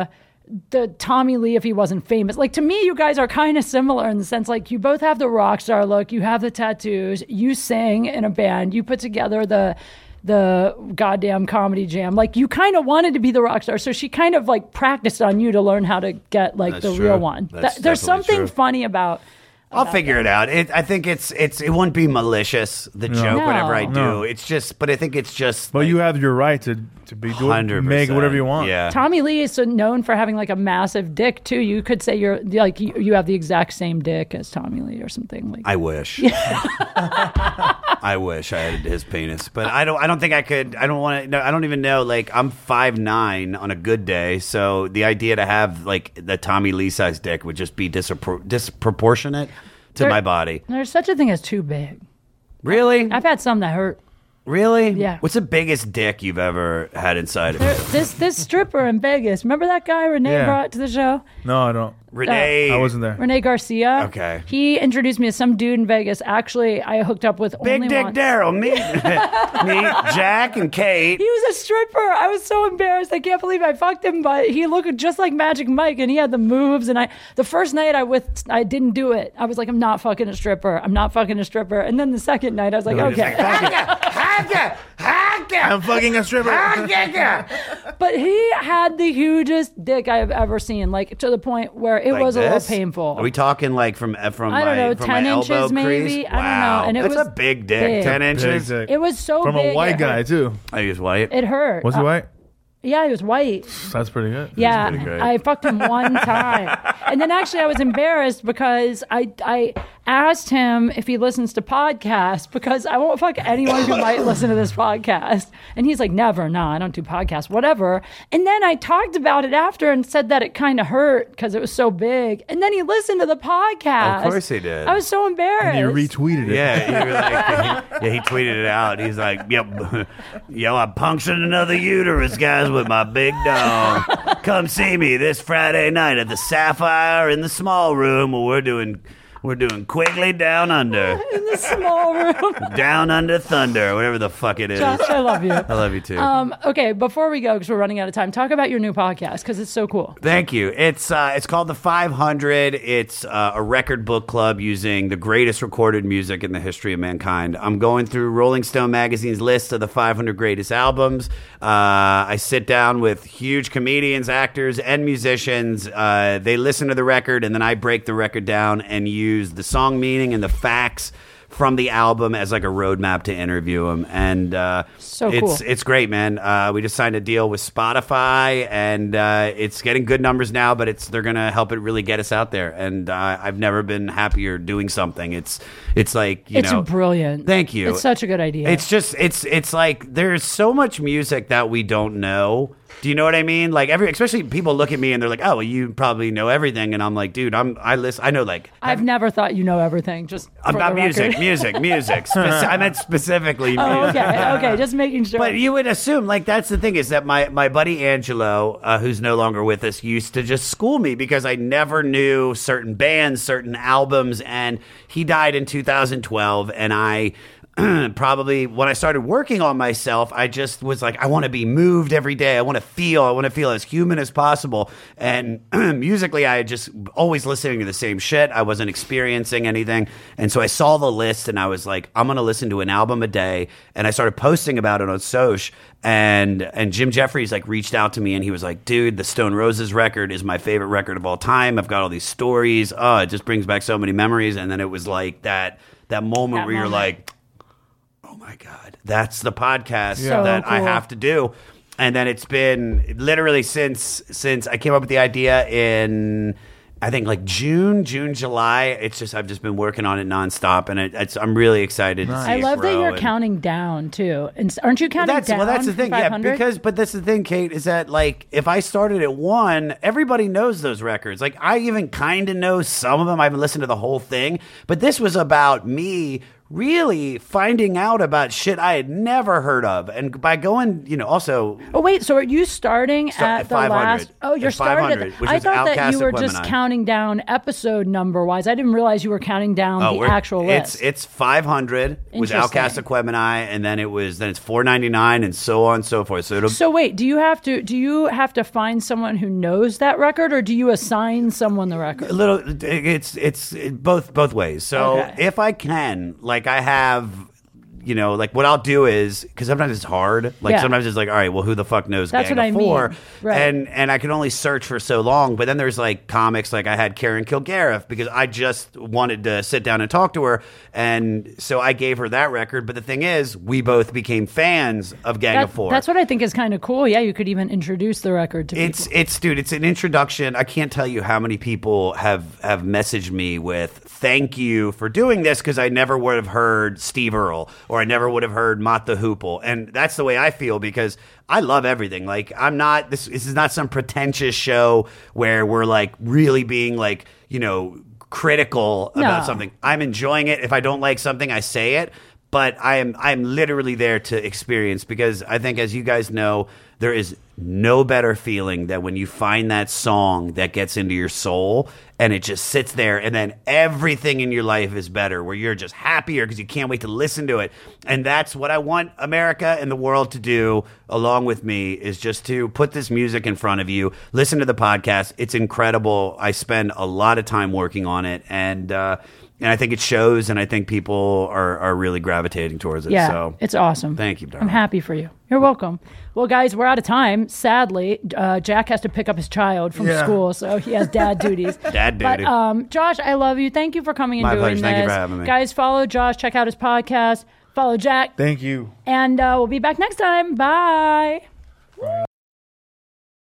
Speaker 1: the Tommy Lee if he wasn't famous. Like to me, you guys are kind of similar in the sense like you both have the rock star look, you have the tattoos, you sing in a band, you put together the the goddamn comedy jam. Like you kind of wanted to be the rock star, so she kind of like practiced on you to learn how to get like
Speaker 3: That's
Speaker 1: the
Speaker 3: true.
Speaker 1: real one.
Speaker 3: That's
Speaker 1: That- there's
Speaker 3: definitely
Speaker 1: something
Speaker 3: true.
Speaker 1: funny about.
Speaker 3: I'll figure it out. It, I think it's it's it won't be malicious the joke
Speaker 1: No.
Speaker 3: whenever I do.
Speaker 2: No.
Speaker 3: It's just, but I think it's just.
Speaker 2: But you have your right to to be doing make whatever you want.
Speaker 3: Yeah.
Speaker 1: Tommy Lee is so known for having like a massive dick too. You could say you're like you, you have the exact same dick as Tommy Lee or something like.
Speaker 3: I wish. I wish I had his penis, but I don't. I don't think I could. I don't want to. No, I don't even know. Like I'm five nine on a good day, so the idea to have like the Tommy Lee size dick would just be disappro- disproportionate to
Speaker 1: There-
Speaker 3: my body.
Speaker 1: There's such a thing as too big.
Speaker 3: Really,
Speaker 1: I've had some that hurt.
Speaker 3: really.
Speaker 1: Yeah.
Speaker 3: What's the biggest dick you've ever had inside of you?
Speaker 1: There- uh, This this stripper in Vegas. Remember that guy Renee
Speaker 2: Yeah.
Speaker 1: brought to the show?
Speaker 2: No, I don't.
Speaker 3: Renee.
Speaker 2: I wasn't there.
Speaker 1: Renee Garcia.
Speaker 3: Okay.
Speaker 1: He introduced me to some dude in Vegas. Actually, I hooked up with only
Speaker 3: Big Dick
Speaker 1: one.
Speaker 3: Daryl, meet, meet Jack and Kate.
Speaker 1: He was a stripper. I was so embarrassed. I can't believe I fucked him, but he looked just like Magic Mike and he had the moves and I the first night I with I didn't do it. I was like I'm not fucking a stripper. I'm not fucking a stripper. And then the second night I was like okay.
Speaker 2: I'm fucking a
Speaker 3: Ah!
Speaker 2: stripper.
Speaker 1: But he had the hugest dick I have ever seen, like to the point where it
Speaker 3: Like
Speaker 1: was a
Speaker 3: this?
Speaker 1: little painful.
Speaker 3: Are we talking like from uh, from
Speaker 1: I don't
Speaker 3: my,
Speaker 1: know,
Speaker 3: from
Speaker 1: 10
Speaker 3: my elbow
Speaker 1: inches maybe?
Speaker 3: crease?
Speaker 1: I don't know. And it
Speaker 3: That's
Speaker 1: was
Speaker 3: a big dick.
Speaker 1: big.
Speaker 3: Ten
Speaker 2: Big
Speaker 3: inches.
Speaker 2: dick.
Speaker 1: it was so
Speaker 2: From
Speaker 1: big,
Speaker 2: a white
Speaker 1: it
Speaker 2: guy
Speaker 1: hurt.
Speaker 2: too.
Speaker 3: I use white.
Speaker 1: It hurt.
Speaker 2: Was he
Speaker 1: Uh,
Speaker 2: white?
Speaker 1: yeah, he was white.
Speaker 2: That's pretty good.
Speaker 3: pretty
Speaker 1: Yeah,
Speaker 3: great.
Speaker 1: I fucked him one time, and then actually I was embarrassed because I I asked him if he listens to podcasts because I won't fuck anyone who might listen to this podcast. And he's like, never, nah, I don't do podcasts, whatever. And then I talked about it after and said that it kind of hurt because it was so big. And then he listened to the podcast.
Speaker 3: Of course he did.
Speaker 1: I was so embarrassed.
Speaker 2: You retweeted it.
Speaker 3: Yeah, he, was like, yeah, he tweeted it out. He's like, "Yep, yo, I punctured another uterus, guys, with my big dong. Come see me this Friday night at the Sapphire in the small room where we're doing we're doing quickly down under,
Speaker 1: in the small room.
Speaker 3: down under thunder, whatever the fuck it is.
Speaker 1: Josh, I love you.
Speaker 3: I love you too.
Speaker 1: Um, okay, before we go, because we're running out of time, talk about your new podcast because it's so cool.
Speaker 3: Thank you. It's uh, it's called the 500. It's uh, a record book club using the greatest recorded music in the history of mankind. I'm going through Rolling Stone magazine's list of the 500 greatest albums. Uh, I sit down with huge comedians, actors, and musicians. Uh, they listen to the record, and then I break the record down and use the song meaning and the facts from the album as like a roadmap to interview them. And uh,
Speaker 1: So
Speaker 3: it's
Speaker 1: cool.
Speaker 3: it's great, man. Uh, we just signed a deal with Spotify, and uh, it's getting good numbers now. But it's they're gonna help it really get us out there. And uh, I've never been happier doing something. It's it's like you
Speaker 1: it's
Speaker 3: know,
Speaker 1: brilliant.
Speaker 3: Thank you.
Speaker 1: It's such a good idea.
Speaker 3: It's just it's it's like there's so much music that we don't know. Do you know what I mean? Like every especially people look at me and they're like, "Oh, well, you probably know everything," and I'm like, "Dude, I'm I listen. I know like
Speaker 1: I've never thought you know everything. Just for
Speaker 3: Uh, about
Speaker 1: the
Speaker 3: music,
Speaker 1: record.
Speaker 3: music, music. Speci- I meant specifically music.
Speaker 1: Oh, okay, okay, just making sure.
Speaker 3: But you would assume, like, that's the thing is that my, my buddy Angelo, uh, who's no longer with us, used to just school me because I never knew certain bands, certain albums. And he died in 2012. And I probably, when I started working on myself, I just was like, I want to be moved every day. I want to feel, I want to feel as human as possible. And musically, I had just always listening to the same shit. I wasn't experiencing anything. And so I saw the list and I was like, I'm going to listen to an album a day. And I started posting about it on Soch. And, and Jim Jeffries like reached out to me and he was like, dude, the Stone Roses record is my favorite record of all time. I've got all these stories. Oh, it just brings back so many memories. And then it was like that, that moment
Speaker 1: That
Speaker 3: where you're
Speaker 1: moment.
Speaker 3: like, oh my god that's the podcast
Speaker 1: Yeah. So
Speaker 3: that i
Speaker 1: cool.
Speaker 3: have to do and then it's been literally since since i came up with the idea in i think like june june july it's just i've just been working on it nonstop and it, it's, i'm really excited to see
Speaker 1: I
Speaker 3: it
Speaker 1: love that
Speaker 3: grow
Speaker 1: you're
Speaker 3: and-
Speaker 1: counting down too. And s- aren't you counting
Speaker 3: that's
Speaker 1: down?
Speaker 3: well that's the
Speaker 1: from
Speaker 3: thing yeah
Speaker 1: 500?
Speaker 3: because but that's the thing kate is that like if i started at one everybody knows those records like i even kind of know some of them i haven't listened to the whole thing but this was about me really finding out about shit i had never heard of and by going you know also
Speaker 1: Oh wait, so are you starting
Speaker 3: Start
Speaker 1: at,
Speaker 3: at
Speaker 1: the
Speaker 3: 500.
Speaker 1: last? Oh, you're
Speaker 3: At
Speaker 1: starting. At
Speaker 3: 500,
Speaker 1: the,
Speaker 3: which
Speaker 1: I
Speaker 3: was
Speaker 1: thought that
Speaker 3: Outkast
Speaker 1: you
Speaker 3: and
Speaker 1: were just
Speaker 3: Clementine.
Speaker 1: counting down episode number wise. I didn't realize you were counting down the
Speaker 3: uh, Oh, we're-
Speaker 1: actual list.
Speaker 3: It's it's five hundred with
Speaker 1: Interesting.
Speaker 3: Outcast Aquemini, and then it was then it's four ninety nine, and so on and so forth. So it'll
Speaker 1: so wait, do you have to do you have to find someone who knows that record, or do you assign someone the record?
Speaker 3: a little it's it's both both ways so
Speaker 1: Okay.
Speaker 3: if i can like i have you know like what i'll do is because sometimes it's hard like
Speaker 1: Yeah.
Speaker 3: sometimes it's like all right well who the fuck knows
Speaker 1: That's
Speaker 3: Gang
Speaker 1: what
Speaker 3: of
Speaker 1: I mean.
Speaker 3: Four?
Speaker 1: Right.
Speaker 3: and and i can only search for so long but then there's like comics like i had karen kilgariff because i just wanted to sit down and talk to her and so i gave her that record but the thing is we both became fans of gang
Speaker 1: That-
Speaker 3: of four
Speaker 1: That's what I think is kind of cool. Yeah, you could even introduce the record to
Speaker 3: it's it's dude, it's an introduction. I can't tell you how many people have have messaged me with thank you for doing this because I never would have heard Steve Earle or I never would have heard Mott the Hoople. And that's the way I feel because I love everything. Like I'm not this this is not some pretentious show where we're like really being like, you know, critical about
Speaker 1: No.
Speaker 3: something. I'm enjoying it. If I don't like something, I say it. But I am I am literally there to experience because I think, as you guys know, there is no better feeling than when you find that song that gets into your soul and it just sits there, and then everything in your life is better. Where you're just happier because you can't wait to listen to it, and that's what I want America and the world to do, along with me, is just to put this music in front of you. Listen to the podcast; it's incredible. I spend a lot of time working on it, and uh, and I think it shows, and I think people are are really gravitating towards it.
Speaker 1: Yeah,
Speaker 3: so
Speaker 1: it's awesome.
Speaker 3: Thank you,
Speaker 1: I'm
Speaker 3: darling.
Speaker 1: happy for you. You're welcome. Well, guys, we're out of time. Sadly, uh, Jack has to pick up his child from
Speaker 2: Yeah.
Speaker 1: school, so he has dad duties.
Speaker 3: Dad
Speaker 1: But
Speaker 3: duty.
Speaker 1: um, Josh, I love you. Thank you for coming and
Speaker 3: My
Speaker 1: doing
Speaker 3: pleasure.
Speaker 1: this.
Speaker 3: Thank you for having me.
Speaker 1: Guys, follow Josh. Check out his podcast. Follow Jack,
Speaker 2: Thank you.
Speaker 1: and uh, we'll be back next time. Bye.